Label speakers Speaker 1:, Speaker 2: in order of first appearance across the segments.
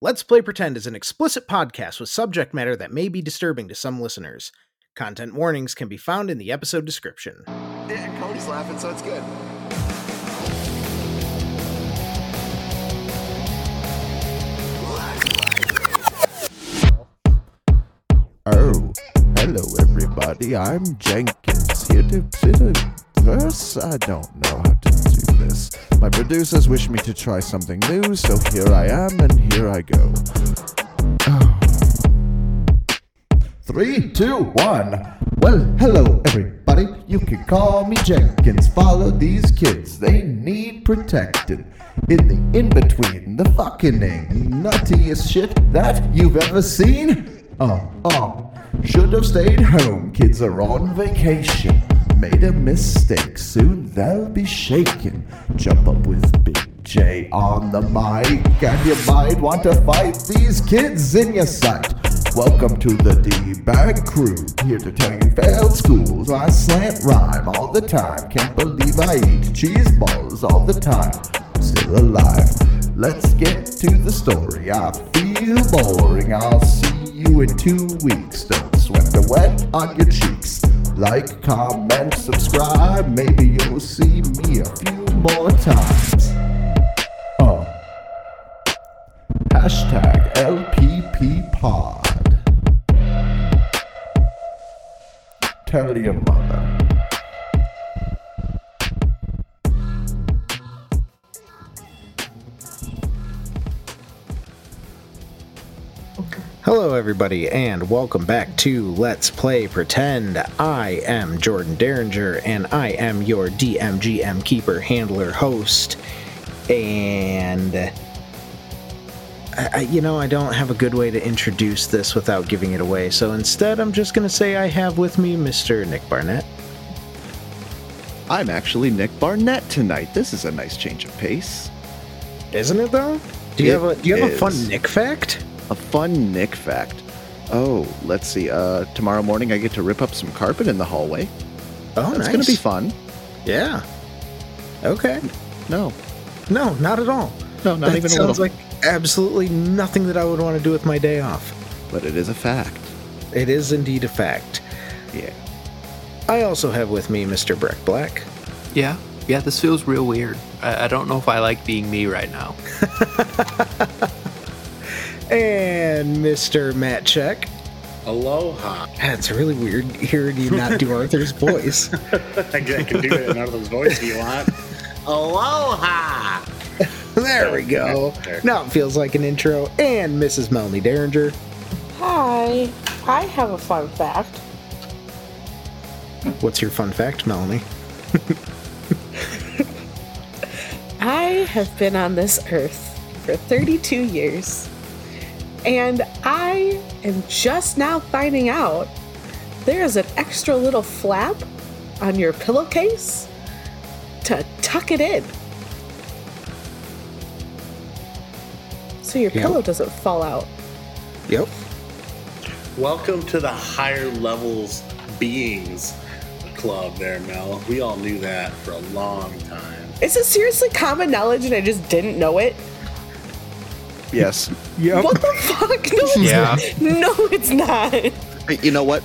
Speaker 1: Let's Play Pretend is an explicit podcast with subject matter that may be disturbing to some listeners. Content warnings can be found in the episode description.
Speaker 2: Yeah, Cody's laughing, so it's good.
Speaker 3: Oh, hello everybody. I'm Jenkins here to sit a verse. I don't know how to do this. My producers wish me to try something new, so here I am and here I go. Three, two, one. Well, hello everybody. You can call me Jenkins. Follow these kids. They need protected. In the in between, the fucking nuttiest shit that you've ever seen. Oh, oh. Should have stayed home. Kids are on vacation. Made a mistake. Soon they'll be shaken. Jump up with Big J on the mic, and you might want to fight these kids in your sight. Welcome to the D-Bag crew, here to tell you failed schools. I slant rhyme all the time, can't believe I eat cheese balls all the time. Still alive. Let's get to the story. I feel boring. I'll see you in two weeks. Don't sweat the wet on your cheeks. Like, comment, subscribe. Maybe you'll see me a few more times. Oh. Hashtag LPP pod. Tell your mother.
Speaker 1: Hello, everybody, and welcome back to Let's Play Pretend. I am Jordan Derringer, and I am your DMGM keeper, handler, host. And, I, I, you know, I don't have a good way to introduce this without giving it away, so instead, I'm just going to say I have with me Mr. Nick Barnett.
Speaker 4: I'm actually Nick Barnett tonight. This is a nice change of pace.
Speaker 1: Isn't it, though? Do you
Speaker 4: It
Speaker 1: have a Do you have a fun
Speaker 4: is.
Speaker 1: Nick fact?
Speaker 4: A fun Nick fact. Oh, let's see. Uh, tomorrow morning I get to rip up some carpet in the hallway.
Speaker 1: Oh,
Speaker 4: That's gonna be fun.
Speaker 1: Yeah. Okay.
Speaker 4: No,
Speaker 1: No, not at all.
Speaker 4: no, not
Speaker 1: that
Speaker 4: even a
Speaker 1: sounds
Speaker 4: little.
Speaker 1: like absolutely nothing that I would want to do with my day off.
Speaker 4: but it is a fact.
Speaker 1: It is indeed a fact.
Speaker 4: Yeah.
Speaker 1: I also have with me Mr. Breck Black.
Speaker 5: Yeah, yeah, this feels real weird. I, I don't know if I like being me right now.
Speaker 1: And Mr. Matt Check.
Speaker 6: Aloha.
Speaker 1: Man, It's really weird hearing you not do Arthur's voice.
Speaker 6: I can I can do it in Arthur's voice if you want. Aloha.
Speaker 1: There we go. Now it feels like an intro. And Mrs. Melanie Derringer.
Speaker 7: Hi, I have a fun fact.
Speaker 1: What's your fun fact, Melanie?
Speaker 7: I have been on this earth for 32 years, and I am just now finding out there is an extra little flap on your pillowcase to tuck it in. So your
Speaker 1: Yeah.
Speaker 7: pillow doesn't fall out.
Speaker 1: Yep.
Speaker 6: Welcome to the higher levels beings club there, Mel. We all knew that for a long time.
Speaker 7: Is it seriously common knowledge and I just didn't know it?
Speaker 4: Yes.
Speaker 7: What the fuck? No, it's-
Speaker 5: Yeah.
Speaker 7: no, it's not.
Speaker 4: Hey, You know what?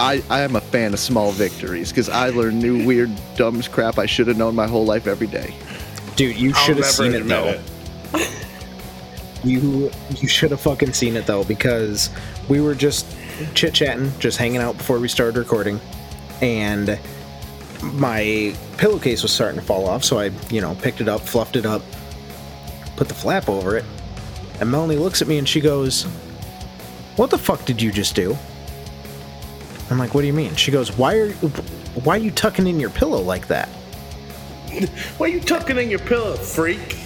Speaker 4: I, I am a fan of small victories because I learn new weird dumb crap I should have known my whole life every day.
Speaker 1: Dude, you
Speaker 6: I'll
Speaker 1: should have
Speaker 6: never
Speaker 1: seen it
Speaker 6: admit
Speaker 1: though. You you should have fucking seen it though because we were just chit chatting, just hanging out before we started recording, and my pillowcase was starting to fall off, so I you know picked it up, fluffed it up, put the flap over it, and Melanie looks at me and she goes, "What the fuck did you just do?" I'm like, "What do you mean?" She goes, "Why are why are you tucking in your pillow like that?"
Speaker 6: Why are you tucking in your pillow, freak?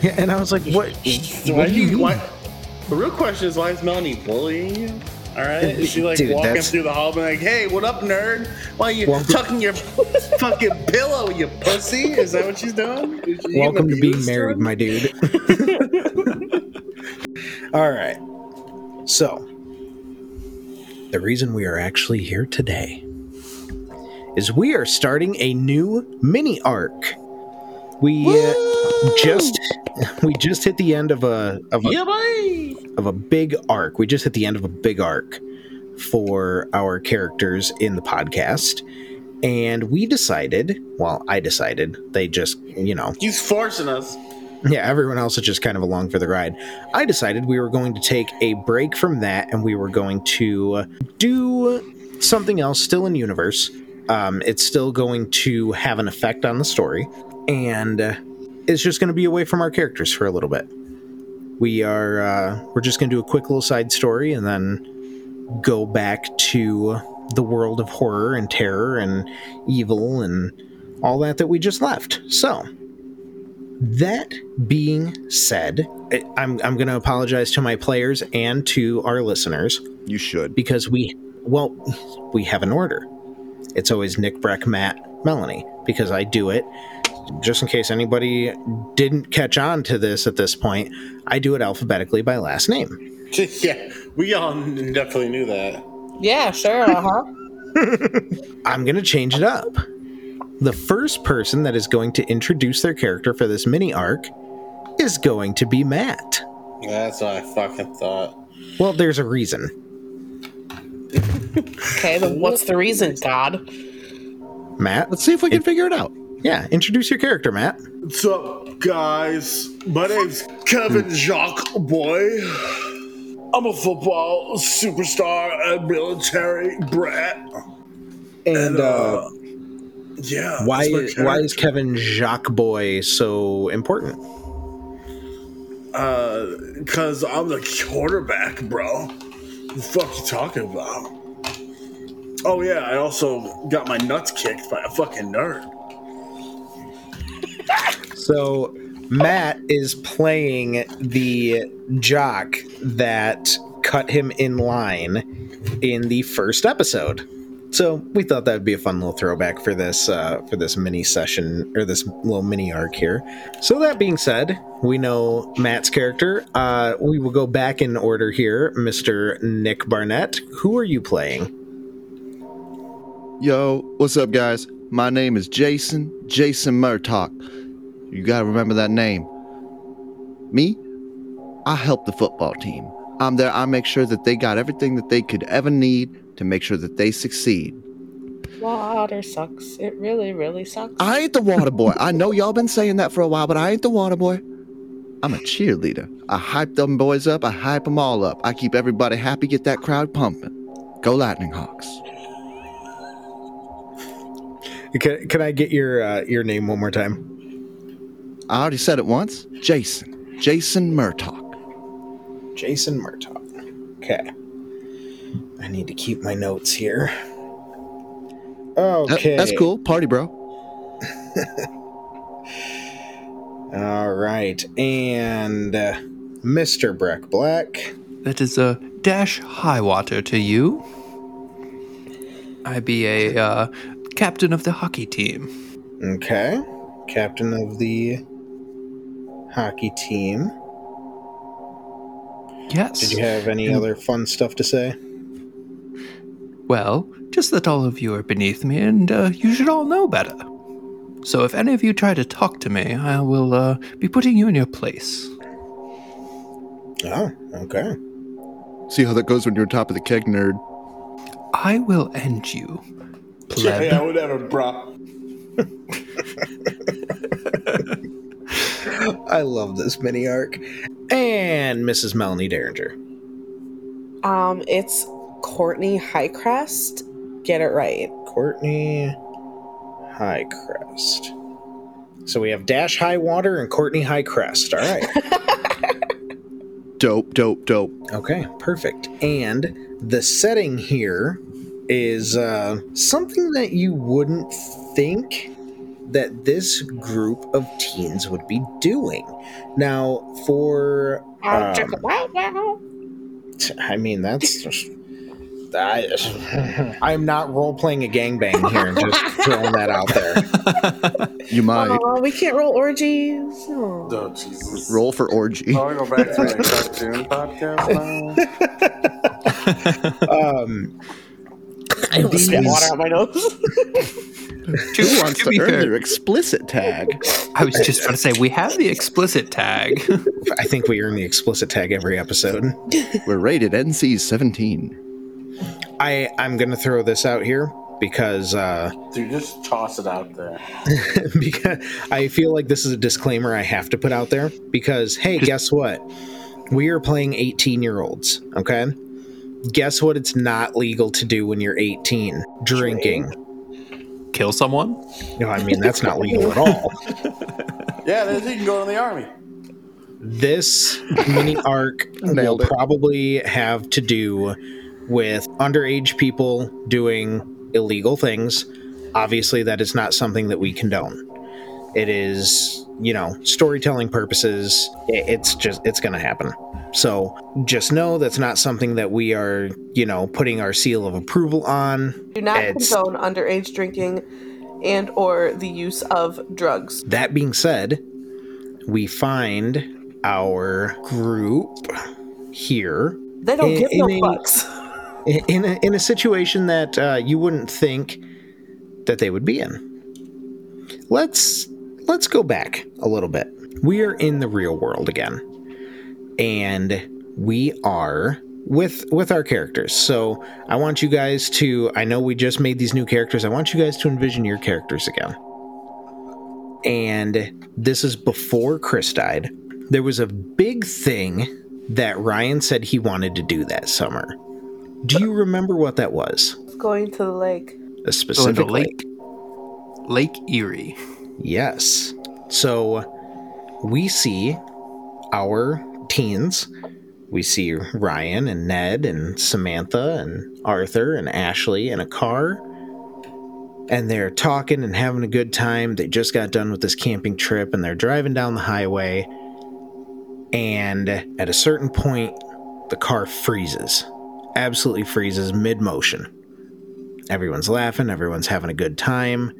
Speaker 1: Yeah, and I was like, "What?
Speaker 6: Why
Speaker 1: what do you mean?"
Speaker 6: why- the real question is why is Melanie bullying you? All right, is she like
Speaker 1: Dude,
Speaker 6: walking
Speaker 1: that's-
Speaker 6: through the hall, being like, "Hey, what up, nerd? Why you
Speaker 1: Welcome-
Speaker 6: tucking your fucking pillow, you pussy?" Is that what she's doing? Is she getting
Speaker 1: Welcome to being
Speaker 6: abused?
Speaker 1: married, my dude. All right. So, the reason we are actually here today is we are starting a new mini arc. We uh, just we just hit the end of a of a,
Speaker 8: Yeah, boy.
Speaker 1: of a big arc. We just hit the end of a big arc for our characters in the podcast. And we decided, well, I decided, they just, you know,
Speaker 8: He's forcing us.
Speaker 1: yeah, everyone else is just kind of along for the ride. I decided we were going to take a break from that and we were going to do something else, still in universe. Um, it's still going to have an effect on the story, and uh, it's just going to be away from our characters for a little bit. We are uh, we're just going to do a quick little side story and then go back to the world of horror and terror and evil and all that that we just left. So. That being said, I- I'm, I'm going to apologize to my players and to our listeners
Speaker 3: You should.
Speaker 1: because we, well, we have an order. It's always Nick, Breck, Matt, Melanie, because I do it. Just in case anybody didn't catch on to this at this point, I do it alphabetically by last name.
Speaker 8: yeah, we all definitely knew that.
Speaker 7: Yeah, sure. Uh huh.
Speaker 1: I'm going to change it up. The first person that is going to introduce their character for this mini arc is going to be Matt.
Speaker 8: That's what I fucking thought.
Speaker 1: Well, there's a reason.
Speaker 7: Okay, then what's the reason, God?
Speaker 1: Matt,
Speaker 3: Let's see if we can figure it out.
Speaker 1: Yeah, introduce your character, Matt.
Speaker 8: What's up, guys? My name's Kevin Jacques Boy. I'm a football superstar and military brat.
Speaker 1: And
Speaker 8: uh, Yeah.
Speaker 1: why
Speaker 8: that's my
Speaker 1: why is
Speaker 8: character.
Speaker 1: Kevin Jacques Boy so important?
Speaker 8: Uh, cause I'm the quarterback, bro. The fuck you talking about? Oh yeah, I also got my nuts kicked by a fucking nerd.
Speaker 1: So Matt is playing the jock that cut him in line in the first episode. So we thought that would be a fun little throwback for this uh, for this mini session or this little mini arc here. So that being said, we know Matt's character. Uh, we will go back in order here, Mister Nick Barnett. Who are you playing?
Speaker 3: Yo, what's up, guys? My name is Jason, Jason Murtock. You gotta remember that name. Me? I help the football team. I'm there, I make sure that they got everything that they could ever need to make sure that they succeed.
Speaker 7: Water sucks. It really, really sucks.
Speaker 3: I ain't the water boy. I know y'all been saying that for a while, but I ain't the water boy. I'm a cheerleader. I hype them boys up, I hype them all up. I keep everybody happy, get that crowd pumping. Go Lightning Hawks.
Speaker 1: Can, can I get your uh, your name one more time?
Speaker 3: I already said it once. Jason. Jason Murtock.
Speaker 1: Jason Murtaugh. Okay. I need to keep my notes here.
Speaker 3: That-
Speaker 1: Okay.
Speaker 3: that's cool. Party, bro.
Speaker 1: All right. And uh, Mr. Breck Black.
Speaker 5: That is a dash high water to you. I be a uh, captain of the hockey team.
Speaker 1: Okay. Captain of the hockey team.
Speaker 5: Yes.
Speaker 1: Did you have any other fun stuff to say?
Speaker 5: Well, just that all of you are beneath me, and uh, you should all know better. So if any of you try to talk to me, I will uh, be putting you in your place.
Speaker 1: Oh, okay.
Speaker 3: See how that goes when you're on top of the keg nerd.
Speaker 5: I will end you, pleb.
Speaker 8: Yeah, whatever, bro.
Speaker 1: I love this mini arc. And Mrs. Melanie Derringer.
Speaker 7: Um, it's Courtney Highcrest. Get it right.
Speaker 1: Courtney Highcrest. So we have Dash High Water and Courtney Highcrest. All right.
Speaker 3: Dope, dope, dope.
Speaker 1: Okay, perfect. And the setting here is uh, something that you wouldn't think that this group of teens would be doing. Now, for
Speaker 7: I'll
Speaker 1: Um,
Speaker 7: check it out now.
Speaker 1: I mean, that's just. I, I'm not role playing a gangbang here, just throwing that out there.
Speaker 3: You might
Speaker 7: Oh, we can't roll orgies. Oh.
Speaker 8: Oh Jesus.
Speaker 3: roll for orgy.
Speaker 8: I go back to my cartoon podcast now?
Speaker 1: Um,
Speaker 7: I almost spit
Speaker 1: these-
Speaker 7: water out my nose.
Speaker 5: Two
Speaker 4: Who wants
Speaker 5: to be
Speaker 4: to earn their
Speaker 5: fair.
Speaker 4: explicit tag?
Speaker 5: I was just going to say, we have the explicit tag.
Speaker 1: I think we earn the explicit tag every episode.
Speaker 4: We're rated NC 17.
Speaker 1: I I'm gonna throw this out here because uh,
Speaker 8: Dude, just toss it out there.
Speaker 1: because I feel like this is a disclaimer I have to put out there because hey, guess what? We are playing 18 year olds. Okay, guess what? It's not legal to do when you're 18. Drinking.
Speaker 5: Kill someone?
Speaker 1: No, I mean that's not legal at all.
Speaker 8: Yeah, then you can go to the army.
Speaker 1: This mini arc will
Speaker 4: Nailed it.
Speaker 1: probably have to do with underage people doing illegal things. Obviously, that is not something that we condone. It is, you know, storytelling purposes. i- It's just, it's going to happen. So just know that's not something that we are, you know, putting our seal of approval on.
Speaker 7: Do not
Speaker 1: It's-
Speaker 7: condone underage drinking and or the use of drugs.
Speaker 1: That being said, we find our group here
Speaker 7: They don't
Speaker 1: Eh,
Speaker 7: give no
Speaker 1: I mean-
Speaker 7: fucks.
Speaker 1: in a, in a situation that uh, you wouldn't think that they would be in. Let's let's go back a little bit. We are in the real world again, and we are with with our characters. So I want you guys to. I know we just made these new characters. I want you guys to envision your characters again. And this is before Chris died. There was a big thing that Ryan said he wanted to do that summer. Do you remember what that was?
Speaker 7: Going to the lake.
Speaker 1: A
Speaker 5: Go into
Speaker 1: specific
Speaker 5: Lake. Lake Erie.
Speaker 1: Yes. So we see our teens. We see Ryan and Ned and Samantha and Arthur and Ashley in a car. And they're talking and having a good time. They just got done with this camping trip and they're driving down the highway. And at a certain point, the car freezes. Absolutely freezes mid motion. Everyone's laughing, everyone's having a good time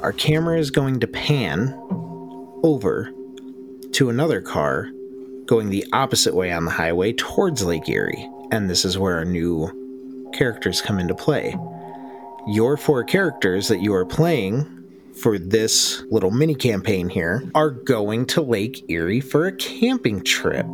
Speaker 1: our camera is going to pan over to another car going the opposite way on the highway towards Lake Erie. And this is where our new characters come into play. Your four characters that you are playing for this little mini campaign here are going to Lake Erie for a camping trip.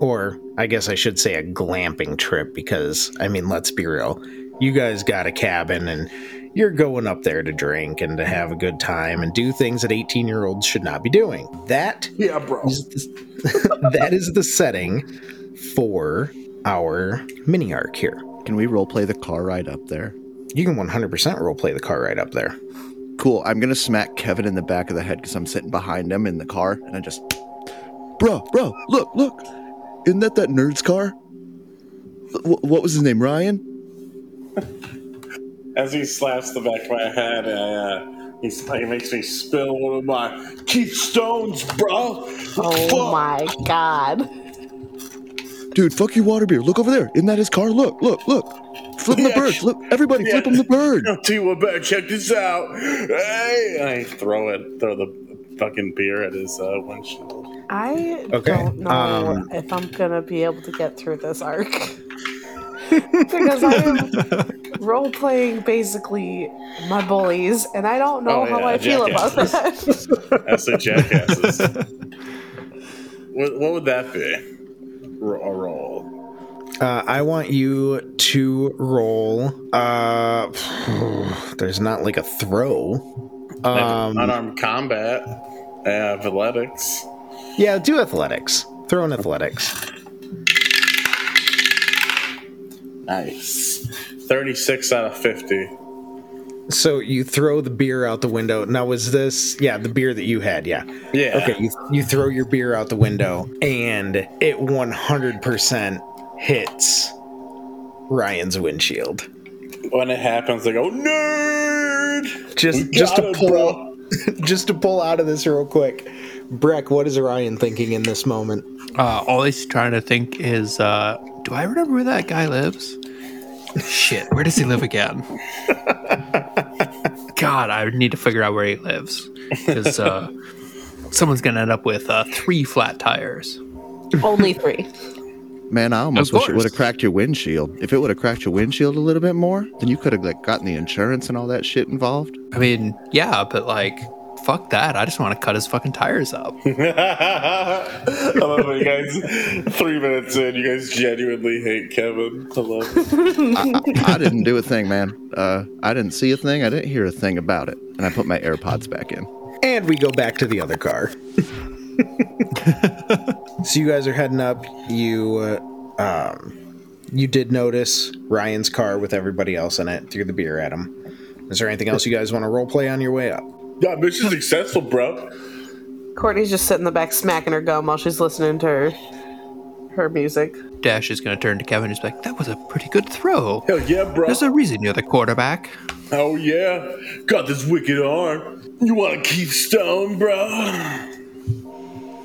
Speaker 1: Or, I guess I should say a glamping trip because, I mean, let's be real. You guys got a cabin and you're going up there to drink and to have a good time and do things that 18 year olds should not be doing. That
Speaker 6: Yeah, bro.
Speaker 1: is the- that is the setting for our mini arc here.
Speaker 4: Can we roleplay the car ride up there?
Speaker 1: You can 100% roleplay the car right up there.
Speaker 4: Cool. I'm gonna smack Kevin in the back of the head because I'm sitting behind him in the car, and I just, bro, bro, look, look, isn't that that nerd's car? Wh- what was his name? Ryan?
Speaker 8: As he slaps the back of my head, uh, he's, he makes me spill one of my
Speaker 6: Keith Stones, bro.
Speaker 7: Oh
Speaker 6: Fuck.
Speaker 7: my god.
Speaker 4: Dude, fuck your water beer. Look over there. Isn't that his car? Look, look, look. Flip him the
Speaker 6: Yeah.
Speaker 4: bird. Look, everybody, flip
Speaker 6: Yeah.
Speaker 4: him the bird.
Speaker 6: T. Weber, check this out. Hey,
Speaker 8: And I throw it, throw the fucking beer at his uh, windshield.
Speaker 7: I
Speaker 1: Okay,
Speaker 7: don't know
Speaker 1: um,
Speaker 7: if I'm gonna be able to get through this arc. because I am role playing basically my bullies, and I don't know
Speaker 8: Oh,
Speaker 7: how
Speaker 8: yeah,
Speaker 7: I feel about that.
Speaker 8: That's the jackasses. what, what would that be? Ro- a roll.
Speaker 1: Uh, I want you to roll. Uh, there's not like a throw. Um,
Speaker 8: Unarmed combat, uh, athletics.
Speaker 1: yeah, do athletics. Throw in athletics.
Speaker 8: Nice. 36 out of 50.
Speaker 1: So you throw the beer out the window. Now, was this, yeah, the beer that you had, yeah.
Speaker 8: Yeah.
Speaker 1: Okay, you, you throw your beer out the window, and it 100% hits Ryan's windshield.
Speaker 8: When it happens, they go, nerd!
Speaker 1: Just,
Speaker 8: We
Speaker 1: just
Speaker 8: got
Speaker 1: to
Speaker 8: it,
Speaker 1: pull,
Speaker 8: bro.
Speaker 1: just to pull out of this real quick. Breck, what is Ryan thinking in this moment?
Speaker 5: Uh, all he's trying to think is, uh, do I remember where that guy lives? Shit, where does he live again? God, I need to figure out where he lives because uh, someone's gonna end up with uh, three flat tires.
Speaker 7: Only three.
Speaker 4: Man, I almost wish it
Speaker 5: course.
Speaker 4: would have cracked your windshield. If it would have cracked your windshield a little bit more, then you could have like gotten the insurance and all that shit involved.
Speaker 5: I mean, yeah, but like, fuck that. I just want to cut his fucking tires up.
Speaker 8: I love it, you guys. Three minutes in, you guys genuinely hate Kevin. I love it.
Speaker 4: I, I didn't do a thing, man. Uh, I didn't see a thing. I didn't hear a thing about it. And I put my AirPods back in.
Speaker 1: And we go back to the other car. so you guys are heading up. You, uh, um, you did notice Ryan's car with everybody else in it. Threw the beer at him. Is there anything else you guys want to role play on your way up?
Speaker 8: Yeah, mission successful, bro.
Speaker 7: Courtney's just sitting in the back smacking her gum while she's listening to her her music.
Speaker 5: Dash is going to turn to Kevin. He's like, that was a pretty good throw.
Speaker 8: Hell yeah, bro.
Speaker 5: There's a reason you're the quarterback.
Speaker 8: Oh yeah, got this wicked arm. You want to keep stone, bro?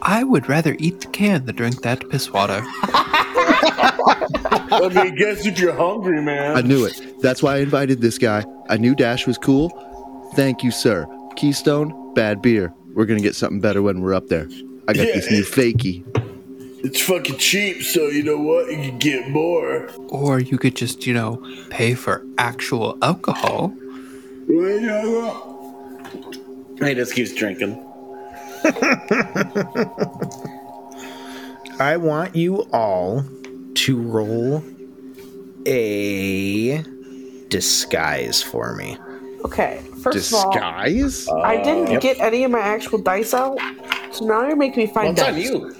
Speaker 5: I would rather eat the can than drink that piss water.
Speaker 8: I mean, guess if you're hungry,
Speaker 4: I
Speaker 8: man.
Speaker 4: knew it. That's why I invited this guy. I knew Dash was cool. Thank you, sir. Keystone, bad beer. We're going to get something better when we're up there. I got this new fakie.
Speaker 8: It's fucking cheap, so you know what? You can get more.
Speaker 5: Or you could just, you know, pay for actual alcohol.
Speaker 8: He just keeps drinking.
Speaker 1: I want you all to roll a disguise for me.
Speaker 7: Okay, first of all,
Speaker 4: Disguise?
Speaker 7: I didn't get any of my actual dice out, so now you're making me find dice.
Speaker 8: you?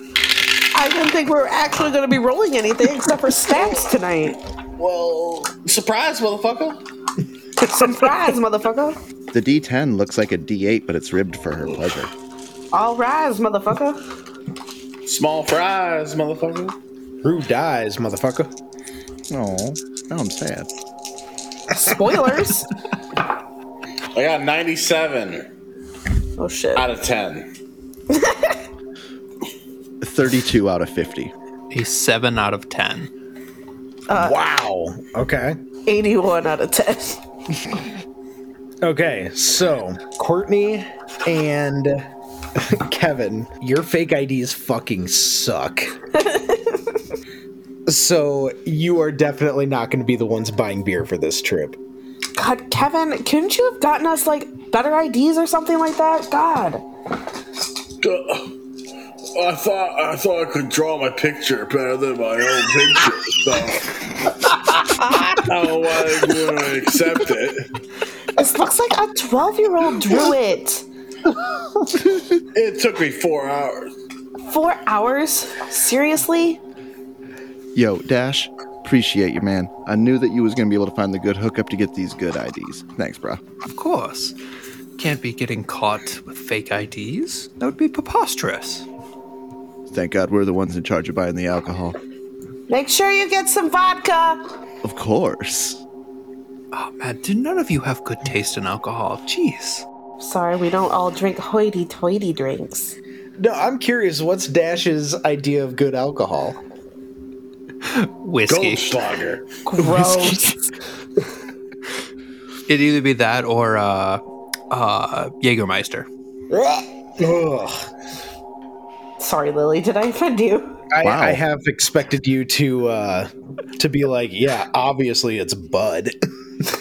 Speaker 7: I didn't think we were actually going to be rolling anything except for stats tonight.
Speaker 8: Well, surprise, motherfucker.
Speaker 7: Surprise, motherfucker!
Speaker 4: The D10 looks like a D8, but it's ribbed for her pleasure.
Speaker 7: All rise, motherfucker!
Speaker 8: Small fries, motherfucker.
Speaker 1: Rue dies, motherfucker.
Speaker 4: Oh, now I'm sad.
Speaker 7: Spoilers!
Speaker 8: I got 97
Speaker 7: oh shit!
Speaker 8: out of 10.
Speaker 4: 32 out of 50.
Speaker 5: A 7 out of 10.
Speaker 1: wow. Okay.
Speaker 7: 81 out of 10.
Speaker 1: Okay, so Courtney and Kevin, your fake IDs fucking suck. so you are definitely not going to be the ones buying beer for this trip.
Speaker 7: God, Kevin, couldn't you have gotten us like better IDs or something like that? God.
Speaker 8: Duh. I thought I thought I could draw my picture better than my own picture, so I don't know why they wouldn't accept it.
Speaker 7: This looks like a 12 year old drew it.
Speaker 8: It took me four hours.
Speaker 7: Four hours? Seriously?
Speaker 4: Yo, Dash, appreciate you, man. I knew that you was gonna be able to find the good hookup to get these good IDs. Thanks, bro.
Speaker 5: Of course. Can't be getting caught with fake IDs. That would be preposterous.
Speaker 4: Thank God we're the ones in charge of buying the alcohol.
Speaker 7: Make sure you get some vodka.
Speaker 4: Of course.
Speaker 5: Oh man, do none of you have good taste in alcohol? Jeez.
Speaker 7: Sorry, we don't all drink hoity toity drinks.
Speaker 1: No, I'm curious, what's Dash's idea of good alcohol?
Speaker 5: Whiskey.
Speaker 8: Goldschlager.
Speaker 7: Gross.
Speaker 5: It'd either be that or uh uh Jägermeister.
Speaker 1: Ugh.
Speaker 7: Sorry, Lily, did I offend you?
Speaker 1: I,
Speaker 4: Wow.
Speaker 1: I have expected you to uh, to be like, yeah, obviously it's Bud.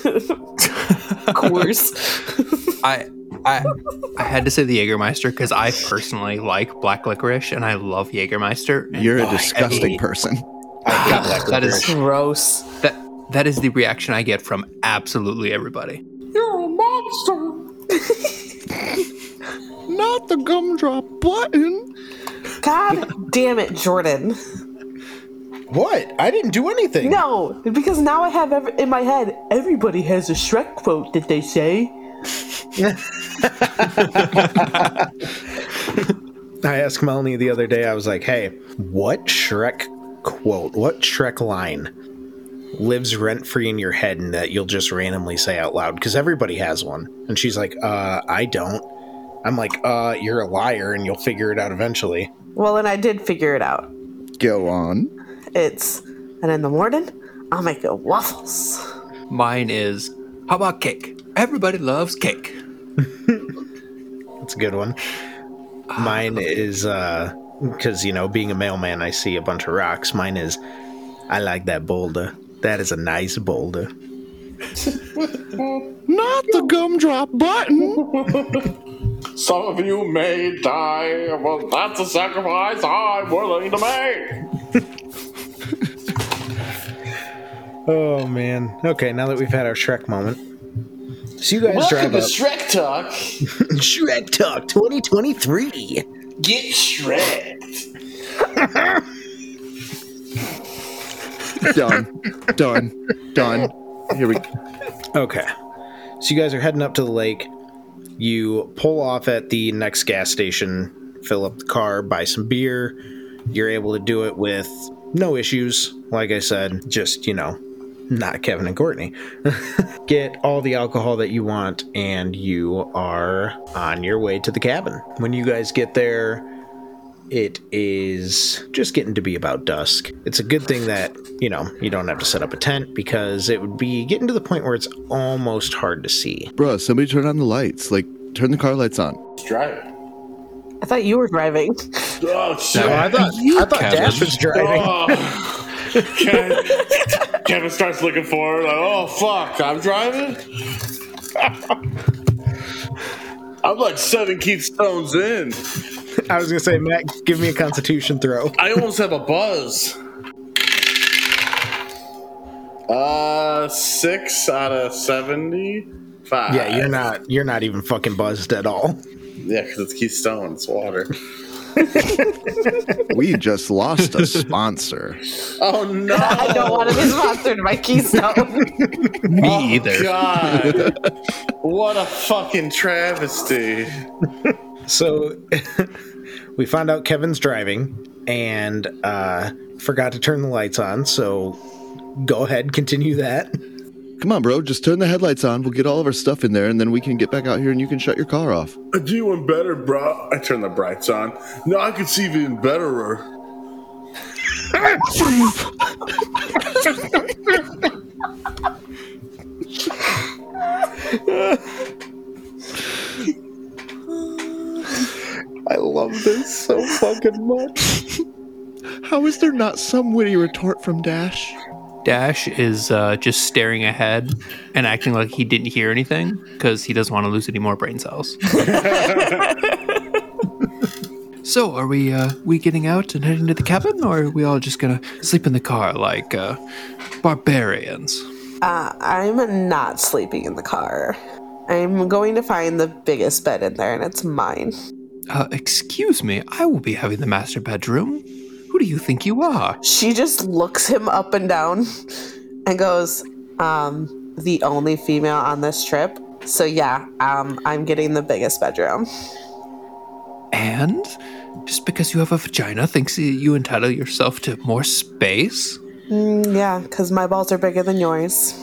Speaker 7: Of course.
Speaker 5: I I I had to say the Jägermeister because I personally like black licorice and I love Jägermeister. and
Speaker 4: You're a
Speaker 5: I
Speaker 4: disgusting
Speaker 5: hate-
Speaker 4: person.
Speaker 5: That is
Speaker 7: Gross.
Speaker 5: that that is the reaction I get from absolutely everybody.
Speaker 7: You're a monster.
Speaker 4: Not the gumdrop button.
Speaker 7: God damn it, Jordan.
Speaker 1: What? I didn't do anything.
Speaker 7: No, because now I have ev- in my head, everybody has a Shrek quote that they say.
Speaker 1: I asked Melanie the other day, I was like, hey, what Shrek quote, what Shrek line lives rent free in your head and that you'll just randomly say out loud? Because everybody has one. And she's like, uh, I don't. I'm like, uh, you're a liar and you'll figure it out eventually.
Speaker 7: Well, and I did figure it out.
Speaker 4: Go on.
Speaker 7: It's, and in the morning, I'll make you waffles.
Speaker 5: Mine is how about cake? Everybody loves cake.
Speaker 1: That's a good one. Mine is, uh, because you know, being a mailman, I see a bunch of rocks. Mine is, I like that boulder. That is a nice boulder.
Speaker 4: Not the gumdrop button.
Speaker 8: Some of you may die, but that's a sacrifice I'm willing to make.
Speaker 1: Oh man. Okay, now that we've had our Shrek moment, so you guys
Speaker 9: Welcome
Speaker 1: drive
Speaker 9: to
Speaker 1: up.
Speaker 9: Shrek Talk.
Speaker 1: Shrek Talk 2023.
Speaker 9: Get Shrek.
Speaker 4: done. Done. Done. Here we
Speaker 1: Okay. So you guys are heading up to the lake. You pull off at the next gas station, fill up the car, buy some beer. You're able to do it with no issues. Like I said, just, you know, not Kevin and Courtney. Get all the alcohol that you want, and you are on your way to the cabin. When you guys get there, it is just getting to be about dusk. It's a good thing that, you know, you don't have to set up a tent because it would be getting to the point where it's almost hard to see.
Speaker 4: Bruh, somebody turn on the lights. Like, turn the car lights on.
Speaker 8: Just drive it.
Speaker 7: I thought you were driving.
Speaker 8: Oh, shit.
Speaker 1: I thought,
Speaker 5: You, Kevin.
Speaker 1: driving.
Speaker 8: Oh. Kevin, Kevin starts looking forward. Like, oh fuck, I'm driving. I'm like seven Keith Stones in.
Speaker 1: I was going to say, Matt, give me a constitution throw.
Speaker 8: I almost have a buzz. Uh, six out of seventy-five.
Speaker 1: Yeah, you're not you're not even fucking buzzed at all.
Speaker 8: Yeah, because it's Keith Stone. It's water.
Speaker 4: We just lost a sponsor.
Speaker 8: Oh no!
Speaker 7: I don't want to be sponsored by Keystone.
Speaker 5: Me
Speaker 8: Oh,
Speaker 5: either.
Speaker 8: God, what a fucking travesty!
Speaker 1: So we found out Kevin's driving and uh forgot to turn the lights on, so go ahead, continue that.
Speaker 4: Come on, bro. Just turn the headlights on. We'll get all of our stuff in there, and then we can get back out here and you can shut your car off.
Speaker 6: I do one better, bro. I turn the brights on. No, I could see even betterer.
Speaker 4: I love this so fucking much. How is there not some witty retort from Dash?
Speaker 5: Dash is uh, just staring ahead and acting like he didn't hear anything because he doesn't want to lose any more brain cells. so, are we uh, we getting out and heading to the cabin, or are we all just gonna sleep in the car like uh, barbarians?
Speaker 7: I'm not sleeping in the car. I'm going to find the biggest bed in there, and it's mine.
Speaker 5: Uh, excuse me, I will be having the master bedroom. Who do you think you are?
Speaker 7: She just looks him up and down and goes, um, the only female on this trip. So yeah, um, I'm getting the biggest bedroom.
Speaker 5: And just because you have a vagina thinks you entitle yourself to more space?
Speaker 7: Mm, yeah, because my balls are bigger than yours.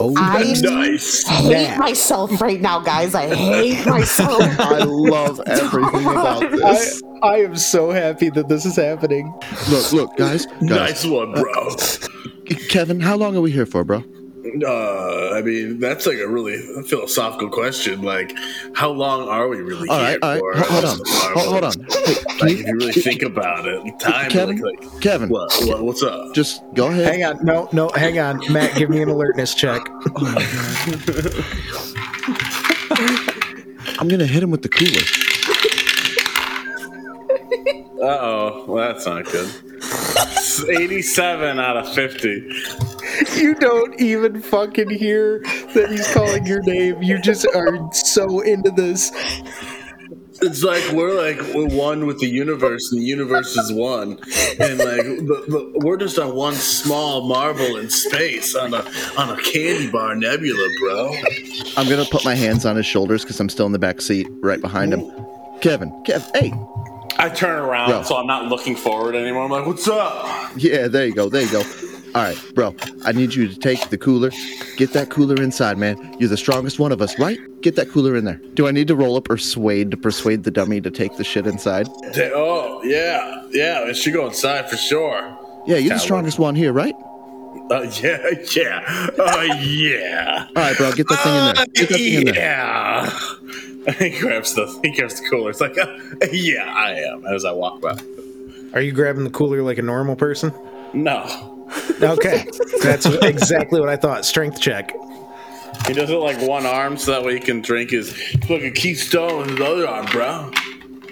Speaker 1: Oh,
Speaker 7: I
Speaker 6: Nice.
Speaker 7: hate myself right now, guys. I hate myself.
Speaker 4: I love everything
Speaker 7: Uh,
Speaker 4: about this.
Speaker 1: I am so happy that this is happening.
Speaker 4: Look, look, guys. guys.
Speaker 6: Nice one, bro.
Speaker 4: Kevin, how long are we here for, bro?
Speaker 6: Uh, I mean, that's like a really philosophical question. Like, how long are we really
Speaker 4: All
Speaker 6: here
Speaker 4: right, all right.
Speaker 6: for?
Speaker 4: Ho- Hold on.
Speaker 6: Like,
Speaker 4: Ho- Hold on. Hey, can
Speaker 6: Like,
Speaker 4: you-
Speaker 6: if you really think about it, time.
Speaker 4: Kevin,
Speaker 6: Like, like,
Speaker 4: Kevin,
Speaker 6: what, what? What's up?
Speaker 4: just go ahead.
Speaker 1: Hang on, no, no, hang on. Matt, give me an alertness check.
Speaker 4: I'm gonna hit him with the cooler.
Speaker 8: Uh oh, well, that's not good. Eighty-seven out of fifty.
Speaker 1: You don't even fucking hear that he's calling your name. You just are so into this.
Speaker 8: It's like we're like we're one with the universe, and the universe is one, and like the, the, we're just on one small marble in space on a on a candy bar nebula, bro.
Speaker 4: I'm gonna put my hands on his shoulders because I'm still in the back seat, right behind him. Kevin, Kev, hey,
Speaker 8: I turn around,
Speaker 4: Bro.
Speaker 8: so I'm not looking forward anymore. I'm like, "What's up?"
Speaker 4: yeah, there you go, there you go. All right, bro, I need you to take the cooler, get that cooler inside, man. You're the strongest one of us, right? Get that cooler in there. Do I need to roll up persuade to persuade the dummy to take the shit inside?
Speaker 8: Da- Oh yeah, yeah. It should go inside for sure.
Speaker 4: Yeah, you're the
Speaker 8: Coward.
Speaker 4: strongest one here, right?
Speaker 8: Uh, yeah, yeah, uh, yeah. Ah,
Speaker 4: All right, bro, get that thing in there. Get that thing in there.
Speaker 8: yeah. he grabs the he grabs the cooler. It's like, yeah, I am. As I walk by,
Speaker 1: Are you grabbing the cooler like a normal person?
Speaker 8: no,
Speaker 1: Okay. That's exactly what I thought. Strength check.
Speaker 8: he does it like one arm so that way he can drink his fucking Keystone with his other arm, bro.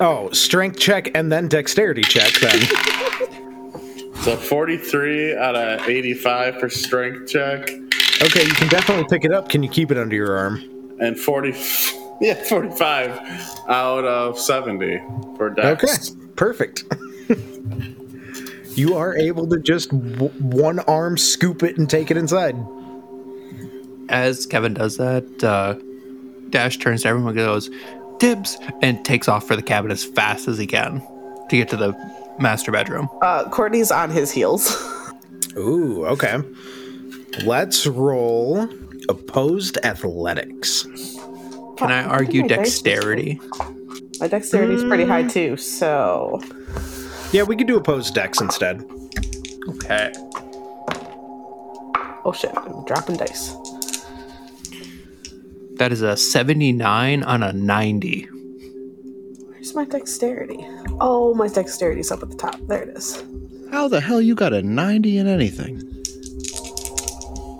Speaker 1: Oh, strength check and then dexterity check then.
Speaker 8: So forty three out of eighty five for strength check,
Speaker 1: Okay, you can definitely pick it up. Can you keep it under your arm?
Speaker 8: and forty yeah forty five out of seventy for Dex.
Speaker 1: Perfect. you are able to just w- one arm scoop it and take it inside.
Speaker 5: As Kevin does that, uh, Dash turns to everyone and goes, Dibs, and takes off for the cabin as fast as he can to get to the master bedroom.
Speaker 7: Uh, Courtney's on his heels.
Speaker 1: Ooh, okay. Let's roll opposed athletics.
Speaker 5: Can I argue
Speaker 7: my dice Mm. is
Speaker 5: dexterity?
Speaker 7: My dexterity's pretty high too, so
Speaker 1: Yeah, we could do opposed dex instead.
Speaker 5: Okay.
Speaker 7: oh shit, I'm dropping dice.
Speaker 5: That is a 79 on a 90.
Speaker 7: Where's my dexterity? Oh, my dexterity's up at the top. There it is.
Speaker 4: How the hell you got a 90 in anything?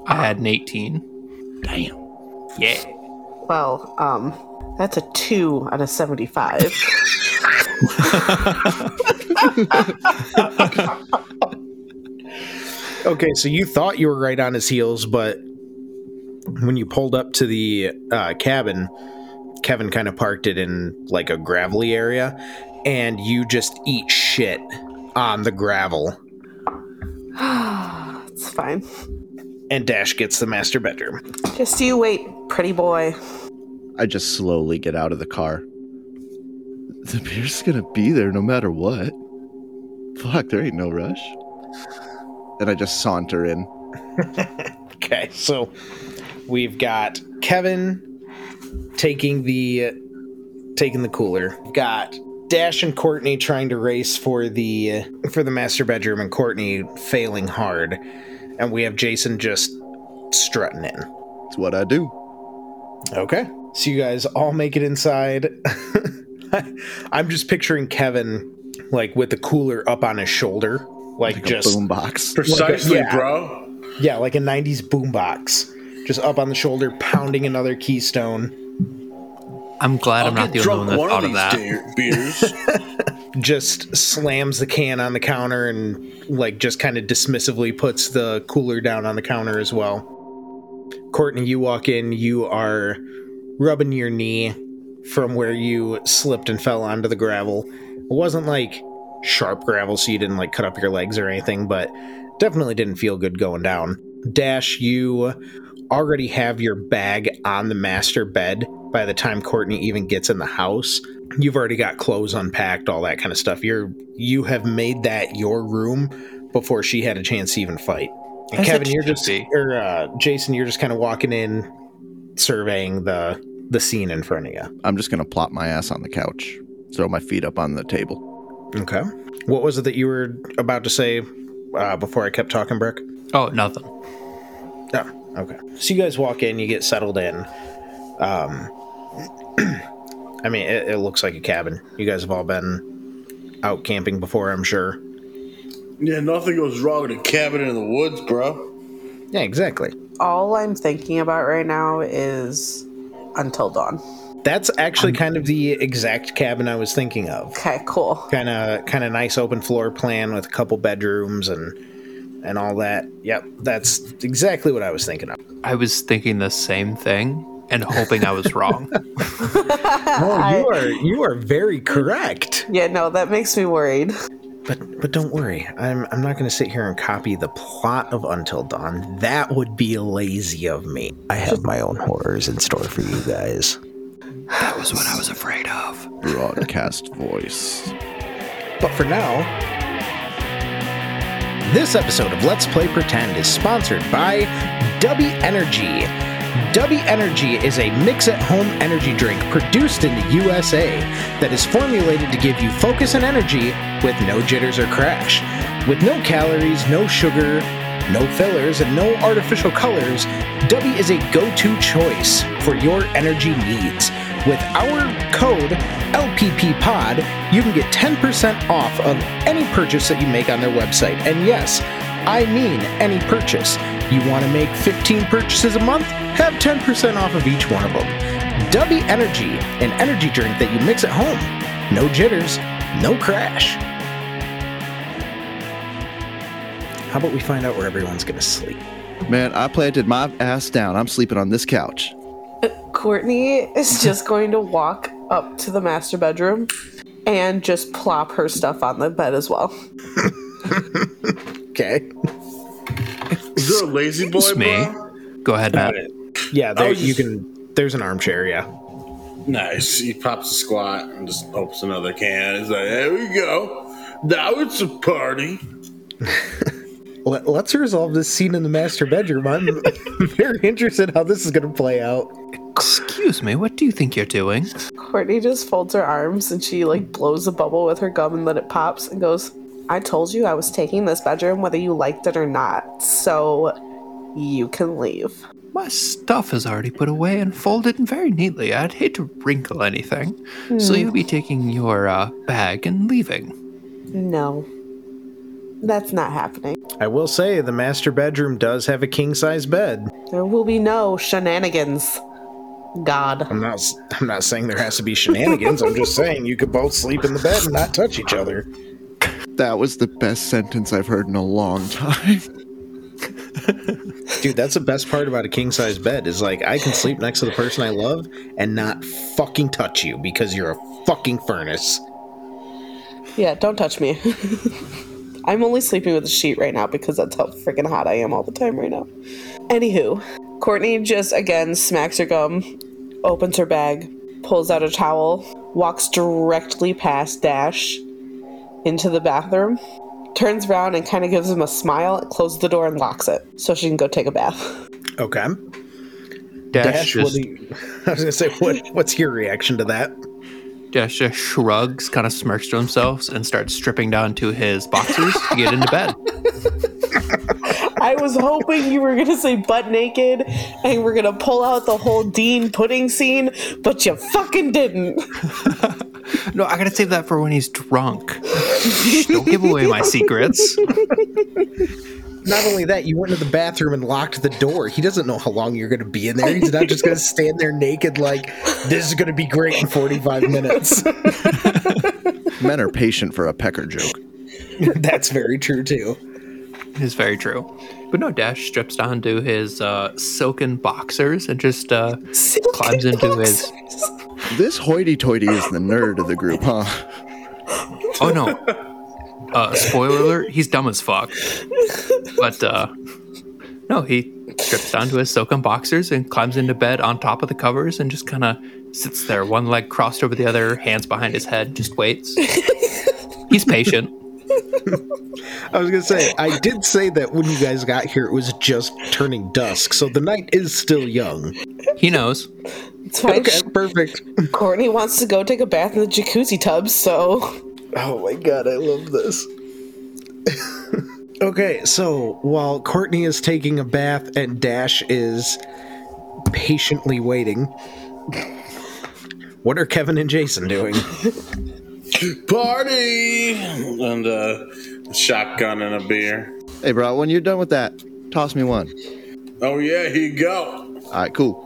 Speaker 5: I had an 18.
Speaker 4: Damn.
Speaker 5: Yeah.
Speaker 7: Well, um, that's a two out of seventy-five.
Speaker 1: Okay, so you thought you were right on his heels, but when you pulled up to the uh, cabin, Kevin kind of parked it in like a gravelly area, and you just eat shit on the gravel.
Speaker 7: it's fine.
Speaker 1: And Dash gets the master bedroom.
Speaker 7: Just you wait, pretty boy.
Speaker 4: I just slowly get out of the car. The beer's gonna be there no matter what. Fuck, there ain't no rush. And I just saunter in.
Speaker 1: Okay, so we've got Kevin taking the taking the cooler. We've got Dash and Courtney trying to race for the for the master bedroom, and Courtney failing hard, and we have Jason just strutting in.
Speaker 4: It's what I do.
Speaker 1: Okay. So you guys all make it inside. I'm just picturing Kevin like with the cooler up on his shoulder, like,
Speaker 4: Like
Speaker 1: just
Speaker 4: a boombox.
Speaker 8: Precisely,
Speaker 1: yeah.
Speaker 8: bro.
Speaker 1: yeah, like a 90s boombox, just up on the shoulder pounding another keystone,
Speaker 5: I'm glad i am
Speaker 8: I'll
Speaker 5: not the
Speaker 8: get
Speaker 5: only one
Speaker 8: drunk
Speaker 5: that
Speaker 8: one of
Speaker 5: thought of
Speaker 8: these
Speaker 5: that.
Speaker 8: da- beers.
Speaker 1: just slams the can on the counter and like just kind of dismissively puts the cooler down on the counter as well. Courtney, you walk in, you are rubbing your knee from where you slipped and fell onto the gravel. It wasn't like sharp gravel, so you didn't like cut up your legs or anything, but definitely didn't feel good going down. Dash, you already have your bag on the master bed by the time Courtney even gets in the house. You've already got clothes unpacked, all that kind of stuff. You're you have made that your room before she had a chance to even fight. And
Speaker 5: As it
Speaker 1: Kevin, you're
Speaker 5: should
Speaker 1: just
Speaker 5: be.
Speaker 1: or uh, Jason, you're just kind of walking in, surveying the the scene in front of you.
Speaker 4: I'm just gonna plop my ass on the couch, throw my feet up on the table.
Speaker 1: Okay. What was it that you were about to say uh, before I kept talking, Brooke?
Speaker 5: Oh, nothing.
Speaker 1: Oh, okay. So you guys walk in, you get settled in. Um, I mean, it, it looks like a cabin. You guys have all been out camping before, I'm sure.
Speaker 8: yeah, nothing goes wrong in a cabin in the woods, bro.
Speaker 1: Yeah, exactly.
Speaker 7: All I'm thinking about right now is until dawn.
Speaker 1: That's actually kind of the exact cabin I was thinking of.
Speaker 7: Okay, cool.
Speaker 1: Kind of, kind of nice open floor plan with a couple bedrooms and and all that. Yep, that's exactly what I was thinking of.
Speaker 5: I was thinking the same thing and hoping I was wrong.
Speaker 1: Oh, you are you are very correct.
Speaker 7: Yeah, no, that makes me worried.
Speaker 1: But but don't worry, I'm I'm not going to sit here and copy the plot of Until Dawn. That would be lazy of me. I have my own horrors in store for you guys.
Speaker 5: that was what I was afraid of.
Speaker 4: Broadcast voice.
Speaker 1: But for now, this episode of Let's Play Pretend is sponsored by Dubby Energy. Dubby Energy is a mix at home energy drink produced in the USA that is formulated to give you focus and energy with no jitters or crash. With no calories, no sugar, no fillers, and no artificial colors, Dubby is a go to choice for your energy needs. With our code LPP Pod, you can get 10% off of any purchase that you make on their website. And yes, I mean any purchase. You want to make 15 purchases a month? Have 10% off of each one of them. Dubby Energy, an energy drink that you mix at home. No jitters, no crash. How about we find out where everyone's going to sleep?
Speaker 4: Man, I planted my ass down. I'm sleeping on this couch.
Speaker 7: Courtney is just going to walk up to the master bedroom and just plop her stuff on the bed as well.
Speaker 1: Okay.
Speaker 8: Is there a lazy boy?
Speaker 5: It's me.
Speaker 8: bra?
Speaker 5: Go ahead, Matt.
Speaker 1: Yeah, there,
Speaker 8: was
Speaker 1: you
Speaker 8: just-
Speaker 1: can. There's an armchair, yeah.
Speaker 8: Nice. He pops a squat and just opens another can. He's like, there we go. Now it's a party.
Speaker 1: Let, let's resolve this scene in the master bedroom. I'm very interested how this is going to play out.
Speaker 5: Excuse me, what do you think you're doing?
Speaker 7: Courtney just folds her arms and she like blows a bubble with her gum and then it pops and goes, I told you I was taking this bedroom whether you liked it or not, so you can leave.
Speaker 5: My stuff is already put away and folded very neatly. I'd hate to wrinkle anything. So you'll be taking your uh, bag and leaving.
Speaker 7: No. That's not happening.
Speaker 1: I will say the master bedroom does have a king size bed.
Speaker 7: There will be no shenanigans. God.
Speaker 1: I'm not. s- I'm not saying there has to be shenanigans. I'm just saying you could both sleep in the bed and not touch each other.
Speaker 4: That was the best sentence I've heard in a long time.
Speaker 1: Dude, that's the best part about a king size bed is like I can sleep next to the person I love and not fucking touch you because you're a fucking furnace.
Speaker 7: Yeah, don't touch me. I'm only sleeping with a sheet right now because that's how freaking hot I am all the time right now. Anywho, Courtney just again smacks her gum, opens her bag, pulls out a towel, walks directly past Dash into the bathroom, turns around and kind of gives him a smile, closes the door and locks it so she can go take a bath.
Speaker 1: Okay.
Speaker 5: Dash,
Speaker 1: Dash, what
Speaker 5: just,
Speaker 1: do you, I was gonna say, what, what's your reaction to that?
Speaker 5: Dash just shrugs, kind of smirks to himself, and starts stripping down to his boxers to get into bed.
Speaker 7: I was hoping you were gonna say butt naked and we're gonna pull out the whole Dean pudding scene, but you fucking didn't.
Speaker 5: No, I gotta save that for when he's drunk. Shh, don't give away my secrets.
Speaker 1: Not only that, you went into the bathroom and locked the door. He doesn't know how long you're gonna be in there. He's not just gonna stand there naked like this is gonna be great in 45 minutes.
Speaker 4: Men are patient for a pecker joke.
Speaker 1: That's very true too.
Speaker 5: It's very true. But no, Dash strips down to his uh, silken boxers and just uh, climbs into his.
Speaker 4: This hoity toity is the nerd of the group, huh?
Speaker 5: Oh no! Uh, spoiler alert: he's dumb as fuck. But uh, no, he strips down to his silken boxers and climbs into bed on top of the covers and just kind of sits there, one leg crossed over the other, hands behind his head, just waits. he's patient.
Speaker 1: I was gonna say, I did say that when you guys got here, it was just turning dusk, so the night is still young.
Speaker 5: He knows.
Speaker 7: It's fine.
Speaker 1: perfect.
Speaker 7: Courtney wants to go take a bath in the jacuzzi tub, so
Speaker 1: Oh my god, I love this. okay, so while Courtney is taking a bath and Dash is patiently waiting, what are Kevin and Jason doing?
Speaker 8: Party! And uh, a shotgun and a beer.
Speaker 4: Hey, bro, when you're done with that, toss me one.
Speaker 8: Oh, yeah, here you go.
Speaker 4: All right, cool.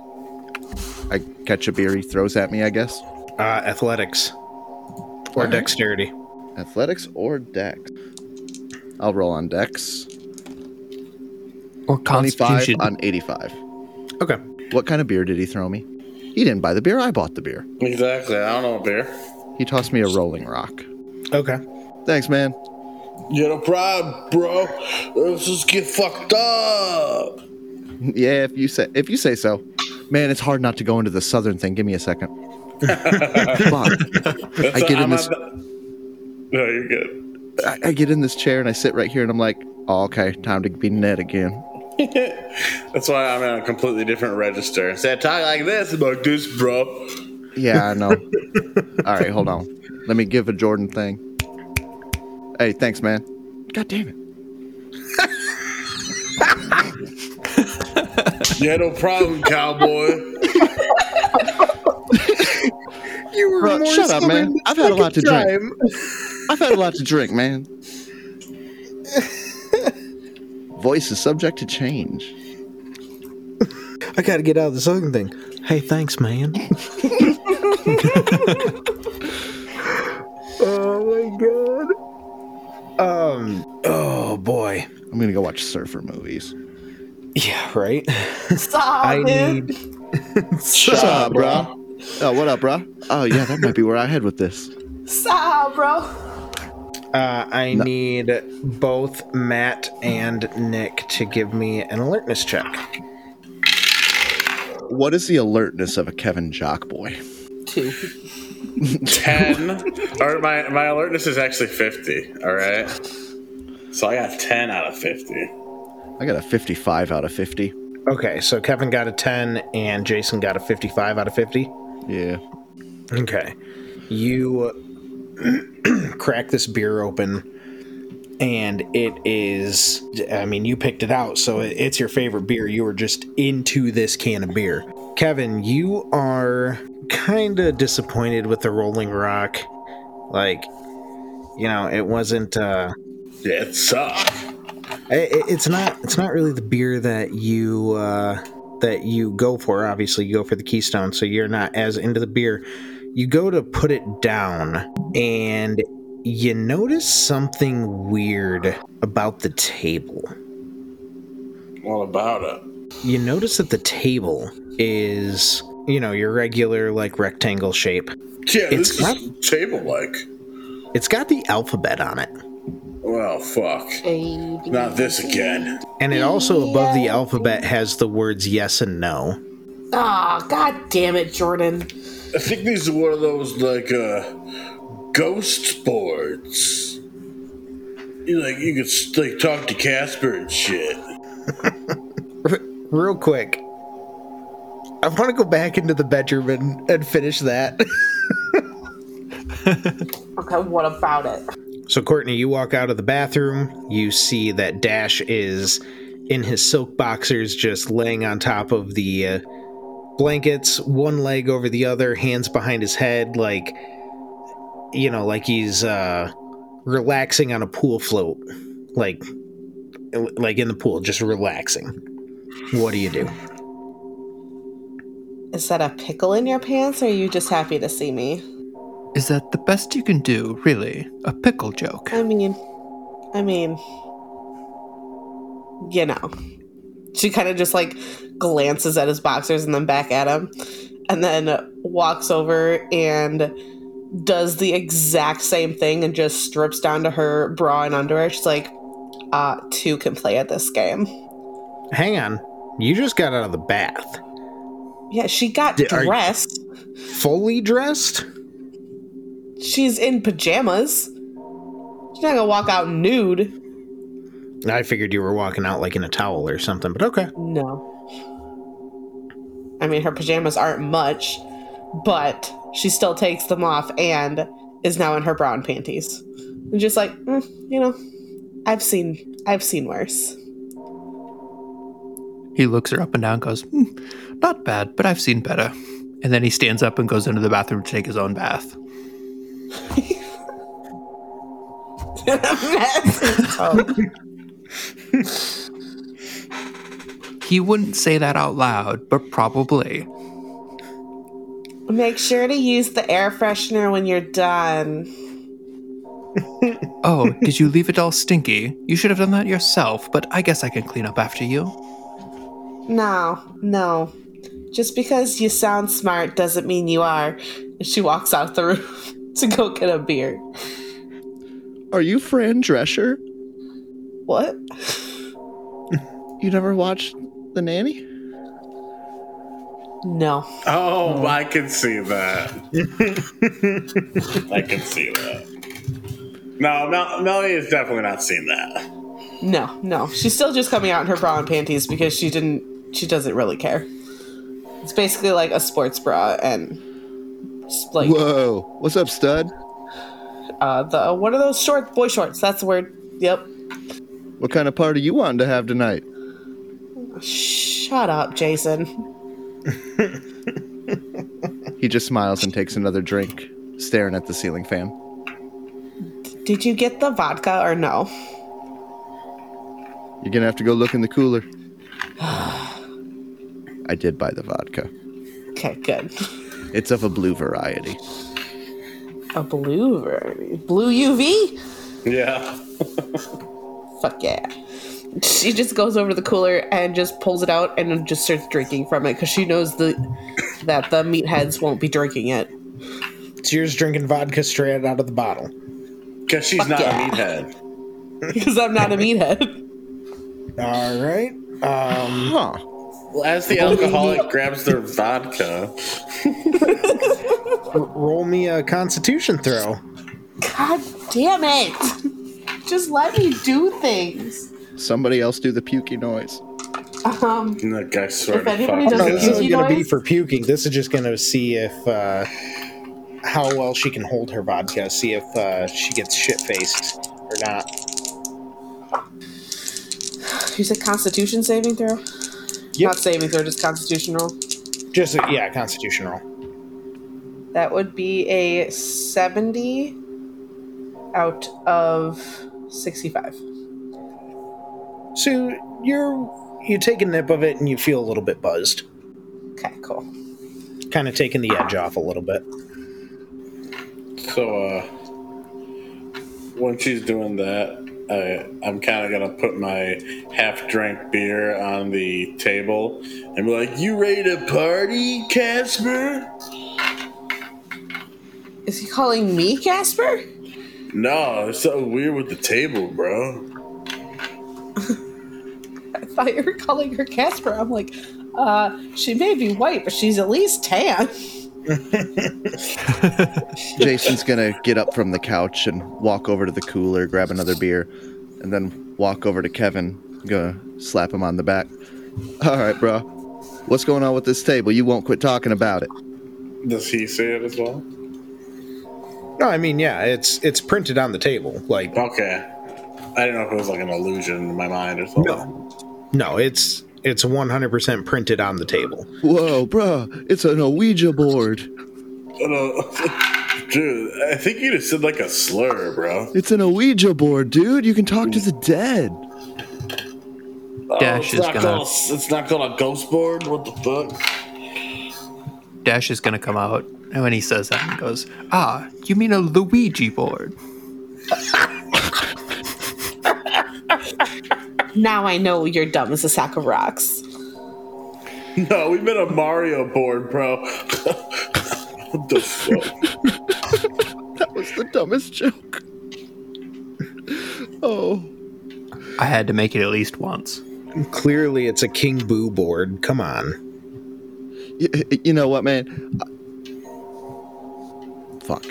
Speaker 4: I catch a beer he throws at me, I guess.
Speaker 1: Uh, athletics or dexterity.
Speaker 4: Athletics or dex? I'll roll on dex.
Speaker 5: Or
Speaker 4: 25
Speaker 5: Constitution.
Speaker 4: on 85.
Speaker 1: Okay.
Speaker 4: What kind of beer did he throw me? He didn't buy the beer, I bought the beer.
Speaker 8: Exactly. I don't know, beer.
Speaker 4: He tossed me a rolling rock.
Speaker 1: Okay.
Speaker 4: Thanks, man.
Speaker 8: You no problem, bro. Let's just get fucked up.
Speaker 4: Yeah, if you say if you say so. Man, it's hard not to go into the southern thing. Give me a second. Fuck. I get in
Speaker 8: I'm
Speaker 4: this
Speaker 8: at the- No, you're good.
Speaker 4: I, I get in this chair and I sit right here and I'm like, oh, okay, time to be net again.
Speaker 8: That's why I'm at a completely different register. Say I talk like this, I'm like this, bro.
Speaker 4: Yeah, I know. All right, hold on. Let me give a Jordan thing. Hey, thanks, man. God damn it.
Speaker 8: Yeah, no problem, cowboy.
Speaker 1: You were
Speaker 4: Bro,
Speaker 1: more
Speaker 4: shut up,
Speaker 1: so
Speaker 4: man.
Speaker 1: than the
Speaker 4: I've had a lot to
Speaker 1: second
Speaker 4: drink.
Speaker 1: time.
Speaker 4: I've had a lot to drink, man. Voice is subject to change.
Speaker 1: I gotta get out of this other thing. Hey, thanks, man. oh my god. Um. Oh boy.
Speaker 4: I'm gonna go watch surfer movies.
Speaker 1: Yeah. Right.
Speaker 7: Stop
Speaker 1: I
Speaker 7: it.
Speaker 1: need.
Speaker 4: Shut up, bro. Oh, what up, bro? Oh, yeah, that might be where I head with this.
Speaker 7: Stop, bro.
Speaker 1: Uh, I need both Matt and Nick to give me an alertness check.
Speaker 4: What is the alertness of a Kevin Jock boy?
Speaker 7: Two.
Speaker 8: Ten. or my my alertness is actually fifty. All right. So I got ten out of fifty.
Speaker 4: I got a 55 out of 50.
Speaker 1: Okay, so Kevin got a ten and Jason got a fifty-five out of fifty.
Speaker 4: Yeah.
Speaker 1: Okay. You crack this beer open, and it is. I mean, you picked it out, so it- it's your favorite beer. You are just into this can of beer. Kevin, you are kind of disappointed with the Rolling Rock. Like, you know, it wasn't. Uh,
Speaker 8: Yeah, it sucked.
Speaker 1: it, it- it's not it's not really the beer that you uh, that you go for. Obviously, you go for the Keystone, so you're not as into the beer. You go to put it down, and you notice something weird about the table.
Speaker 8: What about it?
Speaker 1: You notice that the table is you know your regular like rectangle shape.
Speaker 8: Yeah,
Speaker 1: It's
Speaker 8: this
Speaker 1: not-
Speaker 8: is table like.
Speaker 1: It's got the alphabet on it,
Speaker 8: Well, fuck.
Speaker 7: A, D.
Speaker 8: Not this again.
Speaker 1: and it also above the alphabet has the words yes and no.
Speaker 7: Aw, god damn it, Jordan.
Speaker 8: I think these are one of those like uh ghost boards. You like you could s- like talk to Casper and shit.
Speaker 1: real quick i want to go back into the bedroom and, and finish that
Speaker 7: Okay, what about it?
Speaker 1: so courtney you walk out of the bathroom you see that dash is in his silk boxers just laying on top of the uh, blankets one leg over the other hands behind his head like you know like he's uh relaxing on a pool float like like in the pool just relaxing what do you do
Speaker 7: Is that a pickle in your pants, or are you just happy to see me?
Speaker 5: Is that the best you can do, really? A pickle joke.
Speaker 7: I mean, I mean, you know. She kind of just like glances at his boxers and then back at him, and then walks over and does the exact same thing and just strips down to her bra and underwear. She's like, uh, two can play at this game.
Speaker 1: hang on you just got out of the bath
Speaker 7: Yeah, she got
Speaker 1: Did- are you-
Speaker 7: dressed.
Speaker 1: fully dressed?
Speaker 7: She's in pajamas. She's not gonna walk out nude.
Speaker 1: I figured you were walking out like in a towel or something, but okay.
Speaker 7: No. I mean, her pajamas aren't much, but she still takes them off and is now in her brown panties. And just like, mm, you know, I've seen, I've seen worse.
Speaker 5: He looks her up and down and goes, hmm, Not bad, but I've seen better. And then he stands up and goes into the bathroom to take his own bath. He wouldn't say that out loud, but probably.
Speaker 7: Make sure to use the air freshener when you're done.
Speaker 5: Oh, did you leave it all stinky? You should have done that yourself, but I guess I can clean up after you.
Speaker 7: No, no. Just because you sound smart doesn't mean you are. And she walks out the room to go get a beer.
Speaker 4: Are you Fran Drescher?
Speaker 7: What?
Speaker 4: You never watched The Nanny?
Speaker 7: No.
Speaker 8: Oh, I can see that. I can see that. No, Mel- Melanie has definitely not seen that.
Speaker 7: No, no. She's still just coming out in her bra and panties because she didn't she doesn't really care. It's basically like a sports bra and just like
Speaker 4: Whoa. What's up, stud?
Speaker 7: uh the what are those short boy shorts? That's the word. Yep.
Speaker 4: What kind of party you wanting to have tonight?
Speaker 7: Shut up, Jason.
Speaker 4: He just smiles and takes another drink, staring at the ceiling fan.
Speaker 7: Did you get the vodka or no?
Speaker 4: You're gonna have to go look in the cooler. I did buy the vodka.
Speaker 7: Okay, good.
Speaker 4: It's of a blue variety.
Speaker 7: A blue variety. Blue UV?
Speaker 8: Yeah.
Speaker 7: Fuck yeah. She just goes over to the cooler and just pulls it out and just starts drinking from it because she knows the that the meatheads won't be drinking it.
Speaker 10: So you're just drinking vodka straight out of the bottle.
Speaker 8: Because she's
Speaker 7: Fuck
Speaker 8: not
Speaker 7: yeah.
Speaker 8: a meathead.
Speaker 7: Because I'm not a meathead.
Speaker 10: All right. Um,
Speaker 4: Huh.
Speaker 8: Well, as the alcoholic grabs their vodka,
Speaker 10: r- roll me a Constitution throw.
Speaker 7: God damn it! Just let me do things.
Speaker 4: Somebody else do the pukey noise.
Speaker 7: Um,
Speaker 8: and that guy swear
Speaker 7: If
Speaker 8: to
Speaker 7: anybody does
Speaker 8: fuck.
Speaker 10: No,
Speaker 7: it,
Speaker 10: this
Speaker 7: Pukey
Speaker 10: isn't going to be
Speaker 7: noise?
Speaker 10: for puking. This is just going to see if uh, how well she can hold her vodka. See if uh, she gets shit faced or not.
Speaker 7: you said Constitution saving throw?
Speaker 10: Yep.
Speaker 7: Not saving throw, just Constitution roll.
Speaker 10: Just a, yeah, Constitution roll.
Speaker 7: That would be a 70 out of 65.
Speaker 10: So you're you take a nip of it and you feel a little bit buzzed,
Speaker 7: Okay, cool.
Speaker 10: kind of taking the edge off a little bit.
Speaker 8: So, uh, when she's doing that, I, I'm kind of gonna put my half-drank beer on the table and be like, "You ready to party, Casper?"
Speaker 7: Is he calling me Casper?
Speaker 8: No, it's so weird with the table, bro.
Speaker 7: I thought you were calling her Casper. I'm like, uh, she may be white, but she's at least tan.
Speaker 4: Jason's gonna get up from the couch and walk over to the cooler, grab another beer, and then walk over to Kevin. Gonna slap him on the back. All right, bro. What's going on with this table? You won't quit talking about it.
Speaker 8: Does he say it as well?
Speaker 10: No, I mean yeah, it's it's printed on the table. Like
Speaker 8: Okay, I didn't know if it was like an illusion in my mind or something.
Speaker 10: no, no, it's it's 100% printed on the table.
Speaker 4: Whoa, bro! It's an Ouija board.
Speaker 8: And, uh, dude, I think you just said like a slur, bro.
Speaker 4: It's an Ouija board, dude. You can talk to the dead.
Speaker 8: oh,
Speaker 5: Dash
Speaker 8: it's,
Speaker 5: is
Speaker 8: not
Speaker 5: gonna-
Speaker 8: called, a- it's not called a ghost board. What the fuck?
Speaker 5: Dash is gonna come out, and when he says that, he goes, "Ah, you mean a Luigi board?"
Speaker 7: Now I know you're dumb as a sack of rocks.
Speaker 8: No, we meant a Mario board, bro. what the fuck?
Speaker 4: That was the dumbest joke. Oh.
Speaker 5: I had to make it at least once.
Speaker 10: Clearly, it's a King Boo board. Come on.
Speaker 4: Y- y- you know what, man? Fuck.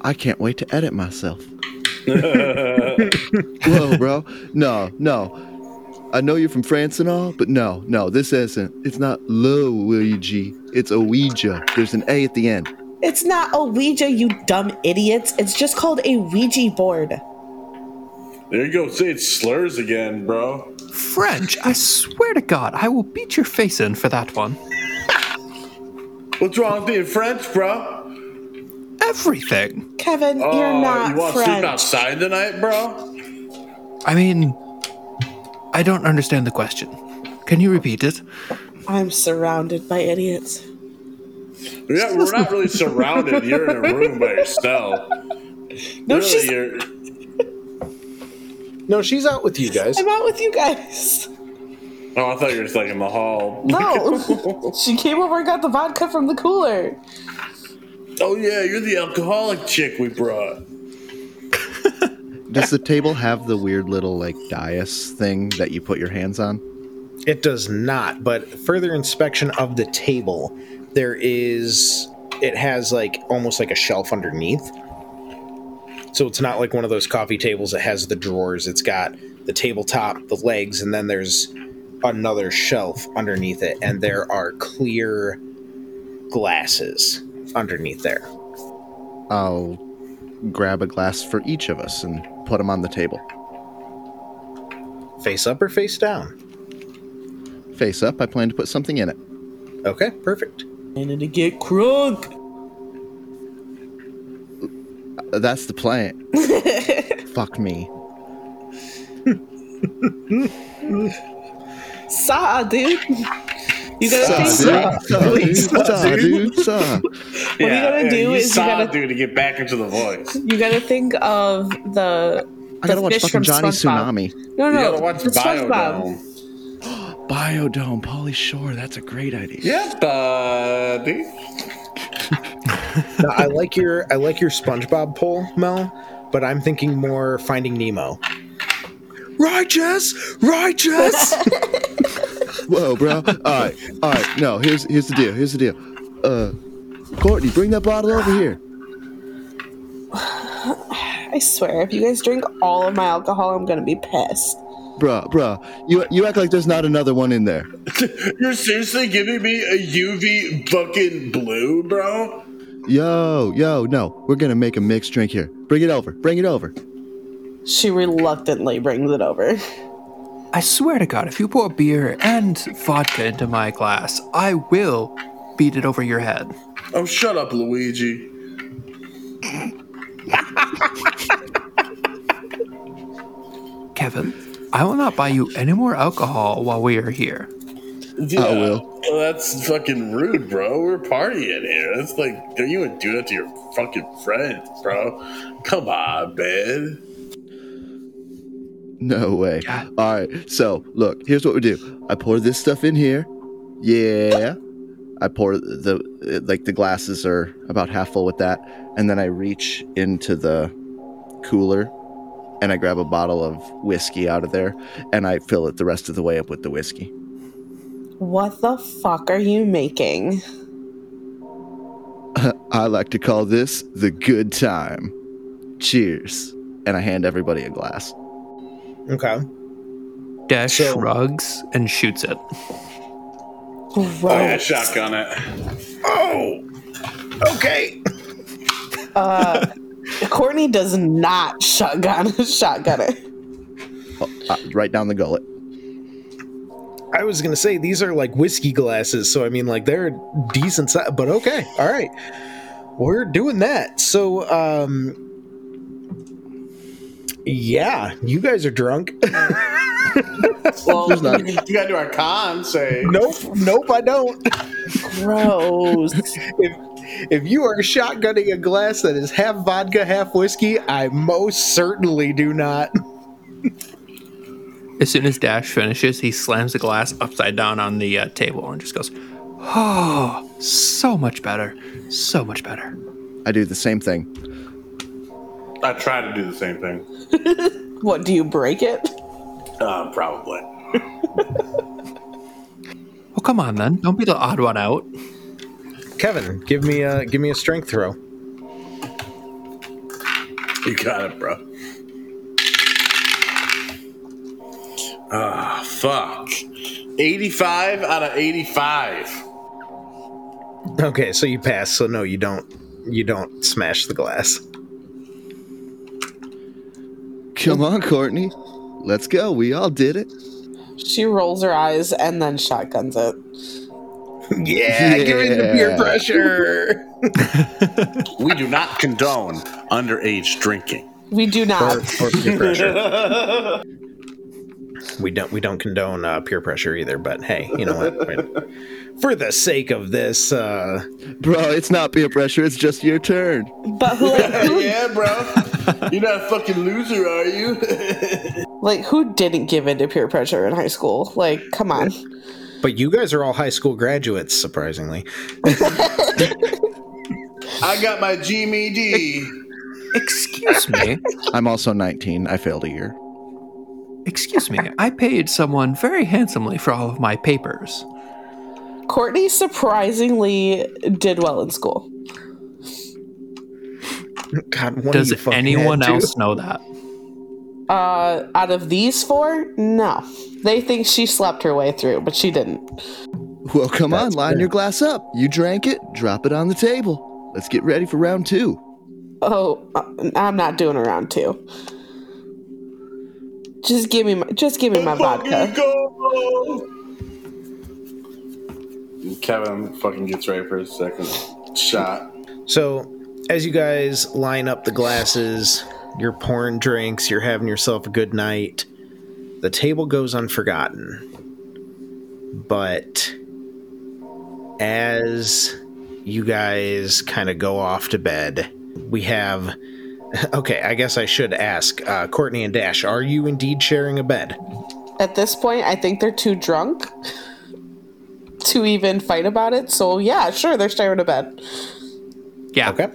Speaker 4: I can't wait to edit myself. Whoa, bro. No, no. I know you're from France and all, but no, no, this isn't. It's not Luigi. It's Ouija. There's an A at the end.
Speaker 7: It's not a Ouija, you dumb idiots. It's just called a Ouija board.
Speaker 8: There you go. Say it slurs again, bro.
Speaker 5: French, I swear to God, I will beat your face in for that one.
Speaker 8: What's wrong with being French, bro?
Speaker 5: Everything.
Speaker 7: Kevin,
Speaker 8: Oh,
Speaker 7: you're not
Speaker 8: you want to
Speaker 7: French.
Speaker 8: sleep outside tonight, bro?
Speaker 5: I mean, I don't understand the question. Can you repeat it?
Speaker 7: I'm surrounded by idiots.
Speaker 8: Yeah, we're not really surrounded. You're in a room by yourself.
Speaker 7: No,
Speaker 8: really,
Speaker 7: she's-
Speaker 8: you're.
Speaker 10: No, she's out with you guys.
Speaker 7: I'm out with you guys.
Speaker 8: Oh, I thought you were just like in the hall.
Speaker 7: No. she came over and got the vodka from the cooler.
Speaker 8: Oh yeah, you're the alcoholic chick we brought.
Speaker 4: Does the table have the weird little, like, dais thing that you put your hands on?
Speaker 10: It does not, but further inspection of the table, there is it has like almost like a shelf underneath. So it's not like one of those coffee tables that has the drawers. It's got the tabletop, the legs, and then there's another shelf underneath it, and there are clear glasses underneath there.
Speaker 4: I'll grab a glass for each of us and put them on the table.
Speaker 10: Face up or face down?
Speaker 4: Face up, I plan to put something in it.
Speaker 1: Okay, perfect.
Speaker 7: I need to get crunk.
Speaker 4: Uh, That's the plan. Fuck me.
Speaker 7: Saw, dude. You gotta
Speaker 4: Suck,
Speaker 7: think.
Speaker 4: dude. Suck, dude.
Speaker 7: Suck,
Speaker 4: Suck, dude. Suck.
Speaker 7: What you gotta do
Speaker 8: you
Speaker 7: is you
Speaker 8: saw
Speaker 7: gotta-
Speaker 8: dude to get back into the voice.
Speaker 7: You gotta think of the.
Speaker 4: I
Speaker 7: the
Speaker 4: gotta watch
Speaker 7: fish
Speaker 4: fucking
Speaker 7: from
Speaker 4: Johnny
Speaker 7: SpongeBob.
Speaker 4: Tsunami.
Speaker 7: No,
Speaker 8: You
Speaker 7: no.
Speaker 8: gotta watch
Speaker 7: it's SpongeBob.
Speaker 8: Biodome.
Speaker 4: Biodome, Polly Shore. That's a great idea.
Speaker 8: Yeah, buddy.
Speaker 1: Now, I like your I like your SpongeBob poll, Mel, but I'm thinking more Finding Nemo.
Speaker 4: Righteous, righteous. Whoa, bro. All right, all right. No, here's here's the deal. Here's the deal. Uh, Courtney, bring that bottle over here.
Speaker 7: I swear, if you guys drink all of my alcohol, I'm gonna be pissed.
Speaker 4: Bruh, bruh, you you act like there's not another one in there.
Speaker 8: You're seriously giving me a UV fucking blue, bro?
Speaker 4: Yo, yo, no, we're gonna make a mixed drink here. Bring it over, bring it over.
Speaker 7: She reluctantly brings it over.
Speaker 5: I swear to God, if you pour beer and vodka into my glass, I will beat it over your head.
Speaker 8: Oh, shut up, Luigi.
Speaker 5: Kevin, I will not buy you any more alcohol while we are here.
Speaker 8: Yeah,
Speaker 4: will.
Speaker 8: well, that's fucking rude, bro. We're partying here. That's like, don't you would do that to your fucking friends, bro? Come on, man.
Speaker 4: No way. All right, so look, here's what we do. I pour this stuff in here. Yeah. I pour the like the glasses are about half full with that, and then I reach into the cooler and I grab a bottle of whiskey out of there and I fill it the rest of the way up with the whiskey.
Speaker 7: What the fuck are you making?
Speaker 4: I like to call this the good time. Cheers. And I hand everybody a glass.
Speaker 1: Okay.
Speaker 5: Dash
Speaker 1: So-
Speaker 5: shrugs and shoots it.
Speaker 8: Oh,
Speaker 7: Gross.
Speaker 8: yeah, shotgun it.
Speaker 1: Oh. Okay.
Speaker 7: Courtney does not shotgun shotgun it.
Speaker 4: Uh, right down the gullet.
Speaker 1: I was gonna say these are like whiskey glasses, so I mean like they're decent size, but okay, all right, we're doing that. So, um, yeah, you guys are drunk.
Speaker 8: Well,
Speaker 4: There's not-
Speaker 8: you gotta do our con say.
Speaker 1: nope, nope, I don't.
Speaker 7: Gross.
Speaker 1: If if you are shotgunning a glass that is half vodka, half whiskey, I most certainly do not.
Speaker 5: As soon as Dash finishes, he slams the glass upside down on the uh, table and just goes, Oh, so much better. So much better.
Speaker 4: I do the same thing.
Speaker 8: I try to do the same thing.
Speaker 7: what do you break it?
Speaker 8: Uh, probably.
Speaker 5: Well, come on then. Don't be the odd one out.
Speaker 1: Kevin, give me a give me a strength throw.
Speaker 8: You got it, bro. Ah, fuck. 85 out of 85.
Speaker 1: Okay, so you pass. So no, you don't. You don't smash the glass.
Speaker 4: Come on, Courtney. Let's go. We all did it.
Speaker 7: She rolls her eyes and then shotguns it.
Speaker 1: Yeah, give me the
Speaker 4: Yeah.
Speaker 1: peer pressure.
Speaker 8: We do not condone underage drinking.
Speaker 7: We do
Speaker 1: or,
Speaker 7: not.
Speaker 1: or peer pressure. we don't we don't condone uh, peer pressure either. But hey, you know what? We're- For the sake of this, uh,
Speaker 4: Bro, it's not peer pressure. It's just your turn.
Speaker 7: But who, who
Speaker 8: yeah, bro. You're not a fucking loser, are you?
Speaker 7: like who didn't give in to peer pressure in high school? Like, come on.
Speaker 1: but you guys are all high school graduates, surprisingly.
Speaker 8: I got my E GMED.
Speaker 5: Excuse me.
Speaker 4: I'm also 19. I failed a year.
Speaker 5: Excuse me. I paid someone very handsomely for all of my papers.
Speaker 7: Courtney surprisingly did well in school.
Speaker 1: God, one
Speaker 5: Does
Speaker 1: of you fucking
Speaker 5: anyone
Speaker 1: had to.
Speaker 5: else know that?
Speaker 7: Uh, out of these four, no. They think she slept her way through, but she didn't.
Speaker 4: Well, come on. Line your glass up. You drank it. Drop it on the table. Let's get ready for round two.
Speaker 7: Oh, uh, I'm not doing a round two. Just give me, my, just give me my vodka.
Speaker 8: Go. Kevin fucking gets ready for his second shot.
Speaker 1: So, as you guys line up the glasses, you're pouring drinks, you're having yourself a good night. The table goes unforgotten. But as you guys kind of go off to bed, we have. Okay, I guess I should ask uh, Courtney and Dash, are you indeed sharing a bed?
Speaker 10: At this point, I think they're too drunk to even fight about it. So yeah, sure, they're sharing a bed.
Speaker 5: Yeah.
Speaker 1: Okay.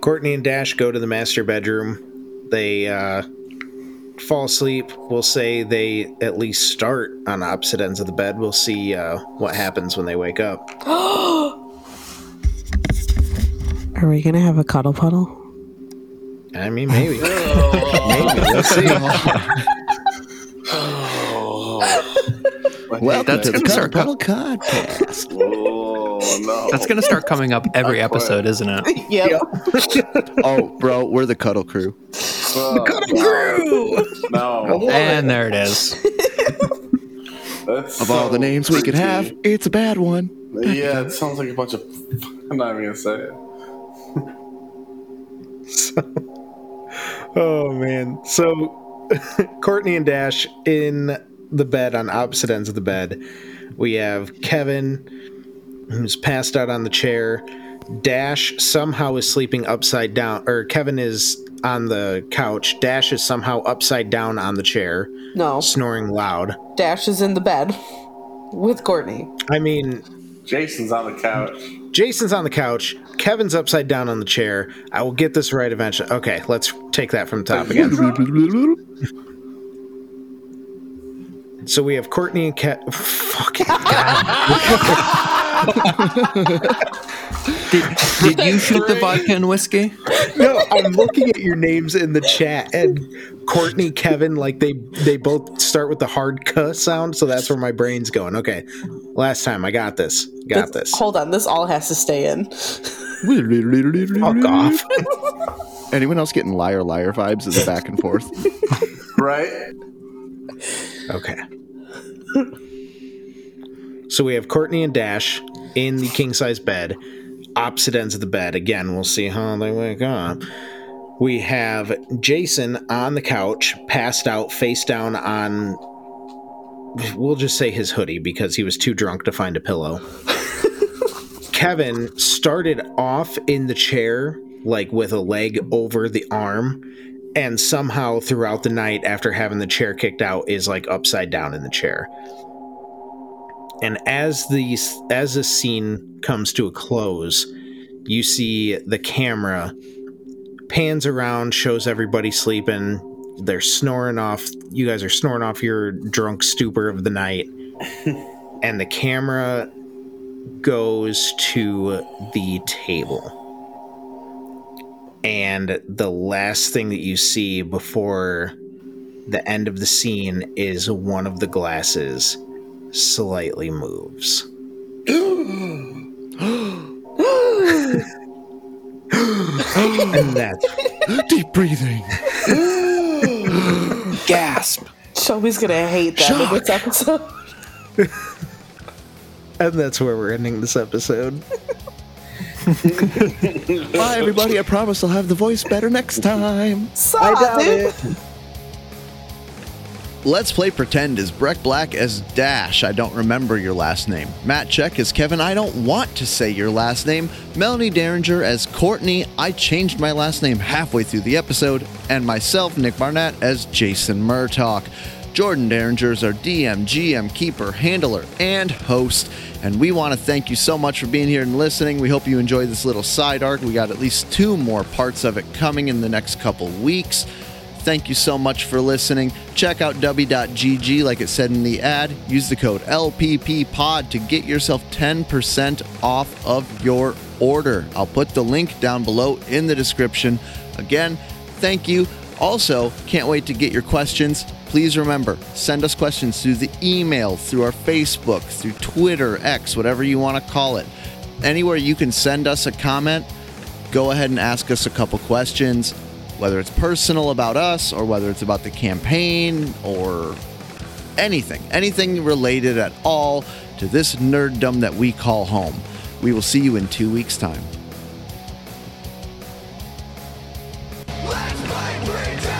Speaker 1: Courtney and Dash go to the master bedroom. They uh, fall asleep. We'll say they at least start on opposite ends of the bed. We'll see uh, what happens when they wake up.
Speaker 10: Are we gonna have a cuddle puddle?
Speaker 1: I mean, maybe. maybe. Let's see.
Speaker 4: Well,
Speaker 5: That's
Speaker 4: that's
Speaker 5: gonna
Speaker 4: going
Speaker 5: start
Speaker 4: Cuddle Podcast.
Speaker 8: Oh no!
Speaker 5: That's gonna start coming up every episode, isn't it?
Speaker 10: Yep.
Speaker 4: oh, bro, we're the Cuddle Crew.
Speaker 8: the cuddle crew. No,
Speaker 5: And there it is.
Speaker 8: that's
Speaker 4: Of all
Speaker 8: so
Speaker 4: the names we could have,
Speaker 8: freaky.
Speaker 4: it's a bad one.
Speaker 8: Yeah, it sounds like a bunch of. I'm not even gonna say it.
Speaker 1: Oh man. So Courtney and Dash in the bed on opposite ends of the bed. We have Kevin who's passed out on the chair. Dash somehow is sleeping upside down or Kevin is on the couch. Dash is somehow upside down on the chair,
Speaker 10: No,
Speaker 1: snoring loud.
Speaker 10: Dash is in the bed with Courtney.
Speaker 1: I mean,
Speaker 8: Jason's on the couch.
Speaker 1: Jason's on the couch, Kevin's upside down on the chair. I will get this right eventually. Okay, let's take that from the top again. So we have Courtney and Cat. Fucking God.
Speaker 5: Did, did you shoot the vodka and whiskey?
Speaker 1: No, I'm looking at your names in the chat, and Courtney, Kevin, like they they both start with the hard k sound, so that's where my brain's going. Okay, last time I got this, got
Speaker 10: This-
Speaker 1: this.
Speaker 10: Hold on, this all has to stay in.
Speaker 1: Fuck off.
Speaker 4: Anyone else getting liar liar vibes of the back and forth?
Speaker 8: Right?
Speaker 1: Okay. So we have Courtney and Dash in the king size bed, opposite ends of the bed. Again, we'll see how they wake up. We have Jason on the couch, passed out, face down on. We'll just say his hoodie because he was too drunk to find a pillow. Kevin started off in the chair, like with a leg over the arm, and somehow throughout the night after having the chair kicked out is like upside down in the chair and as the as the scene comes to a close you see the camera pans around shows everybody sleeping they're snoring off you guys are snoring off your drunk stupor of the night and the camera goes to the table and the last thing that you see before the end of the scene is one of the glasses slightly moves. and that's
Speaker 4: Deep breathing.
Speaker 5: Gasp.
Speaker 10: Shelby's gonna hate that in this episode.
Speaker 1: and that's where we're ending this episode.
Speaker 4: Bye, everybody. I promise I'll have the voice better next time.
Speaker 10: Saw, dude.
Speaker 4: Let's Play Pretend is Breck Black as Dash. I don't remember your last name. Matt Check as Kevin. I don't want to say your last name. Melanie Derringer as Courtney. I changed my last name halfway through the episode. And myself, Nick Barnett, as Jason Murtaugh. Jordan Derringer is our DM, GM, keeper, handler, and host. And we want to thank you so much for being here and listening. We hope you enjoyed this little side arc. We got at least two more parts of it coming in the next couple weeks. Thank you so much for listening. Check out w.gg like it said in the ad. Use the code LPPPOD to get yourself 10% off of your order. I'll put the link down below in the description. Again, thank you. Also, can't wait to get your questions. Please remember, send us questions through the email, through our Facebook, through Twitter, X, whatever you want to call it. Anywhere you can send us a comment, go ahead and ask us a couple questions, whether it's personal about us or whether it's about the campaign or anything, anything related at all. to this nerddom that we call home. We will see you in two weeks' time.
Speaker 11: Let's play pretend!